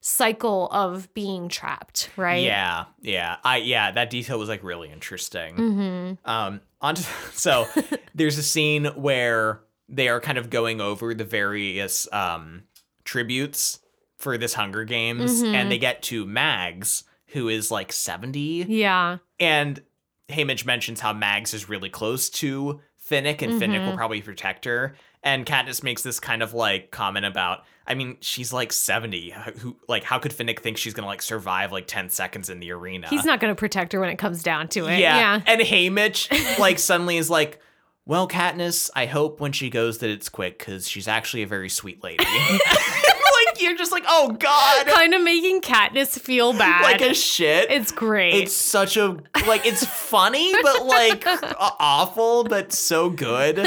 cycle of being trapped, right?
Yeah, yeah, I yeah. That detail was like really interesting.
Mm-hmm.
Um, on to, so there's a scene where they are kind of going over the various um tributes for this Hunger Games,
Mhm.
and they get to Mags, who is like 70,
Yeah.
and Hamish mentions how Mags is really close to Finnick, and Finnick
Mm-hmm.
will probably protect her. And Katniss makes this kind of like comment about, I mean, she's like 70. How- Who like how could Finnick think she's gonna like survive like 10 seconds in the arena?
He's not going to protect her when it comes down to it.
Yeah. And Haymitch, like, suddenly is like, well, Katniss, I hope when she goes that it's quick because she's actually a very sweet lady. like, you're just like, oh, God.
Kind of making Katniss feel bad.
Like a shit.
it's great.
It's such a, like, it's funny, but like a- awful, but so good.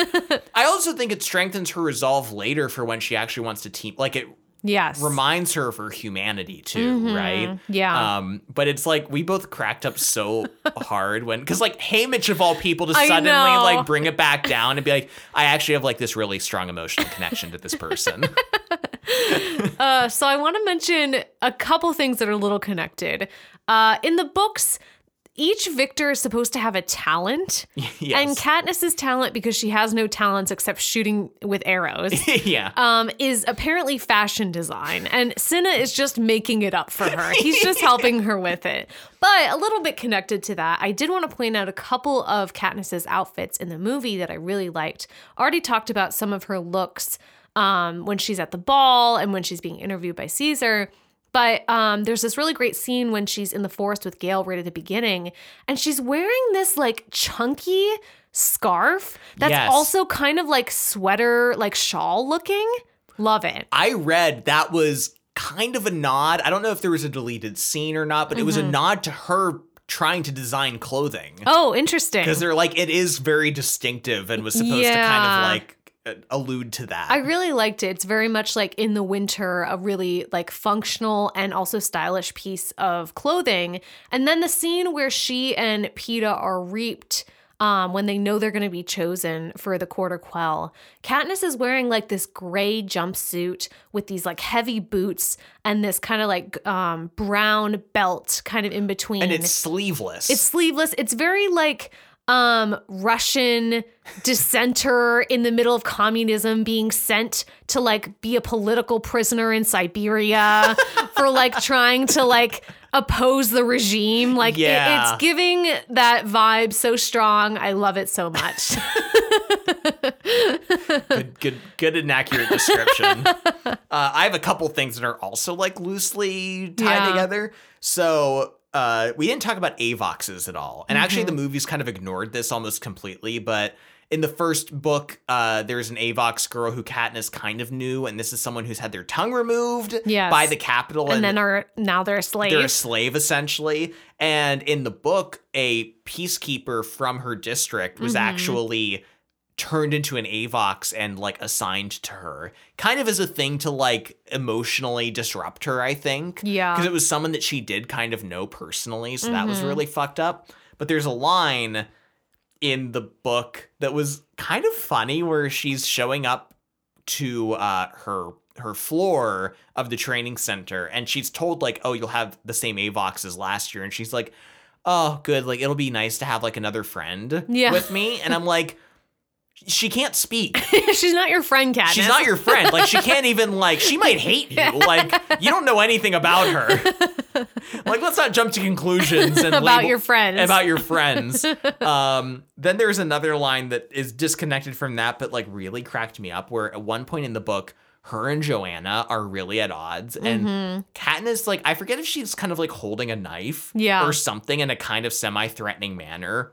I also think it strengthens her resolve later for when she actually wants to team. Like, it
yes.
reminds her of her humanity, too,
Mhm.
right?
Yeah.
Um, but it's like we both cracked up so hard when because like Hamish of all people to
I
suddenly
know.
like bring it back down and be like, I actually have like this really strong emotional connection to this person.
uh, so I want to mention a couple things that are a little connected. Uh, in the books, each victor is supposed to have a talent. And
yes.
Katniss's talent, because she has no talents except shooting with arrows,
yeah.
um, is apparently fashion design, and Cinna is just making it up for her. He's just helping her with it. But a little bit connected to that, I did want to point out a couple of Katniss's outfits in the movie that I really liked. Already talked about some of her looks um, when she's at the ball and when she's being interviewed by Caesar. But um, there's this really great scene when she's in the forest with Gail right at the beginning, and she's wearing this like chunky scarf that's
Yes.
also kind of like sweater, like shawl looking. Love it.
I read that was kind of a nod. I don't know if there was a deleted scene or not, but it was a nod to her trying to design clothing.
Mm-hmm. Oh, interesting.
Because they're like, it is very distinctive and was supposed to
Yeah.
kind of like uh, allude to that.
I really liked it. It's very much like in the winter, a really like functional and also stylish piece of clothing. And then the scene where she and PETA are reaped um, when they know they're going to be chosen for the quarter quell. Katniss is wearing like this gray jumpsuit with these like heavy boots and this kind of like um, brown belt kind of in between.
and it's sleeveless.
It's sleeveless. It's very like um, Russian dissenter in the middle of communism being sent to like be a political prisoner in Siberia for like trying to like oppose the regime. Like it-
Yeah.
it's giving that vibe so strong. I love it so much.
good, good, good and accurate description. uh, I have a couple things that are also like loosely tied
Yeah.
together. So uh, we didn't talk about Avoxes at all, and actually
Mm-hmm.
the movies kind of ignored this almost completely, but. In the first book, uh, there's an Avox girl who Katniss kind of knew, and this is someone who's had their tongue removed
Yes.
by the capital,
and then are now they're a slave.
they're a slave essentially. And in the book, a peacekeeper from her district was
Mhm.
actually turned into an Avox and like assigned to her, kind of as a thing to like emotionally disrupt her, I think.
Yeah.
Because it was someone that she did kind of know personally. So that was
Mhm.
really fucked up. But there's a line in the book that was kind of funny where she's showing up to uh, her her floor of the training center and she's told like oh you'll have the same avox as last year and she's like oh good like it'll be nice to have like another friend
Yeah.
with me and i'm like she can't speak
She's not your friend, Katniss.
she's not your friend like she can't even like she might hate you like you don't know anything about her like let's not jump to conclusions and
about
label-
your friends.
about your friends. um, then there's another line that is disconnected from that, but like really cracked me up. Where at one point in the book, her and Joanna are really at odds, and
Mm-hmm.
Katniss like I forget if she's kind of like holding a knife,
Yeah.
or something in a kind of semi-threatening manner.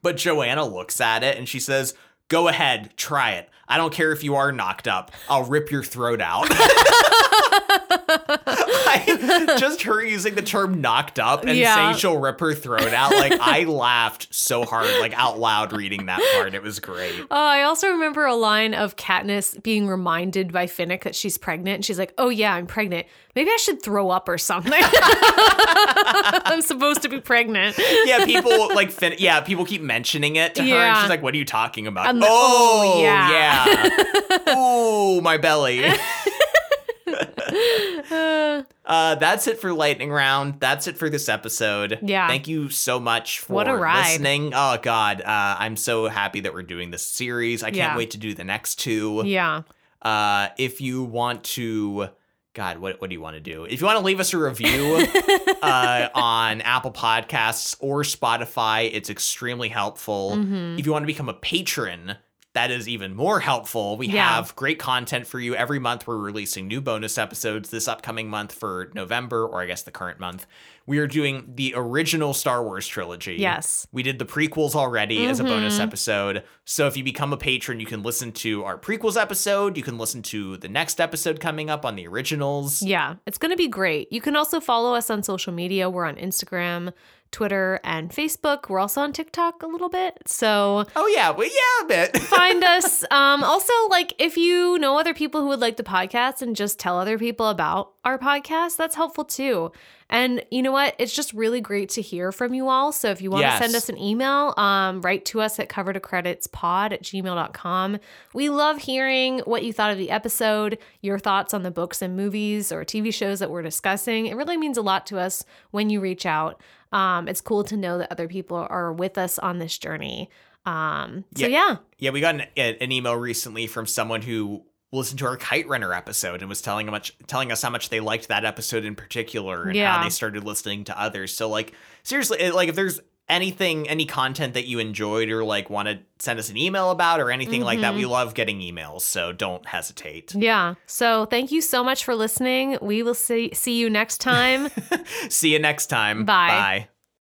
But Joanna looks at it and she says, "Go ahead, try it. I don't care if you are knocked up. I'll rip your throat out." I, just her using the term knocked up and
Yeah.
saying she'll rip her throat out. Like, I laughed so hard, like out loud reading that part. It was great.
Oh, I also remember a line of Katniss being reminded by Finnick that she's pregnant. And she's like, oh, yeah, I'm pregnant. Maybe I should throw up or something. I'm supposed to be pregnant.
Yeah, people like, fin- yeah, people keep mentioning it to her. And
Yeah.
she's like, what are you talking about?
And the-
oh,
oh,
yeah.
yeah.
oh, my belly.
Uh,
Uh, that's it for lightning round. That's it for this episode.
Yeah.
Thank you so much for
What a ride.
listening. Oh God, uh, I'm so happy that we're doing this series. I can't
Yeah.
wait to do the next two.
yeah.
Uh, if you want to, God, what what do you want to do? If you want to leave us a review uh, on Apple Podcasts or Spotify, it's extremely helpful.
Mhm.
If you want to become a patron, that is even more helpful. We
Yeah.
have great content for you every month. We're releasing new bonus episodes this upcoming month for November, or I guess the current month. We are doing the original Star Wars trilogy.
Yes.
We did the prequels already as a bonus
Mhm.
episode. So if you become a patron, you can listen to our prequels episode. You can listen to the next episode coming up on the originals.
Yeah. It's going to be great. You can also follow us on social media. We're on Instagram, Twitter, and Facebook. We're also on TikTok a little bit. So
Oh, yeah. Well, yeah, a bit.
find us. Um, also, like if you know other people who would like the podcast and just tell other people about our podcast, that's helpful too. And you know what? It's just really great to hear from you all. So if you want
Yes.
to send us an email, um, write to us at cover to credits pod at gmail.com. We love hearing what you thought of the episode, your thoughts on the books and movies or TV shows that we're discussing. It really means a lot to us when you reach out. Um, it's cool to know that other people are with us on this journey. Um, so
Yeah.
yeah.
Yeah, we got an, a- an email recently from someone who listened to our Kite Runner episode and was telling how much telling us how much they liked that episode in particular and how
Yeah.
they started listening to others. So like seriously, it- like if there's anything any content that you enjoyed or like want to send us an email about or anything like that, we
Mm-hmm.
love getting emails, so don't hesitate.
Yeah. So thank you so much for listening. We will see see you next time.
See you next time.
Bye.
Bye.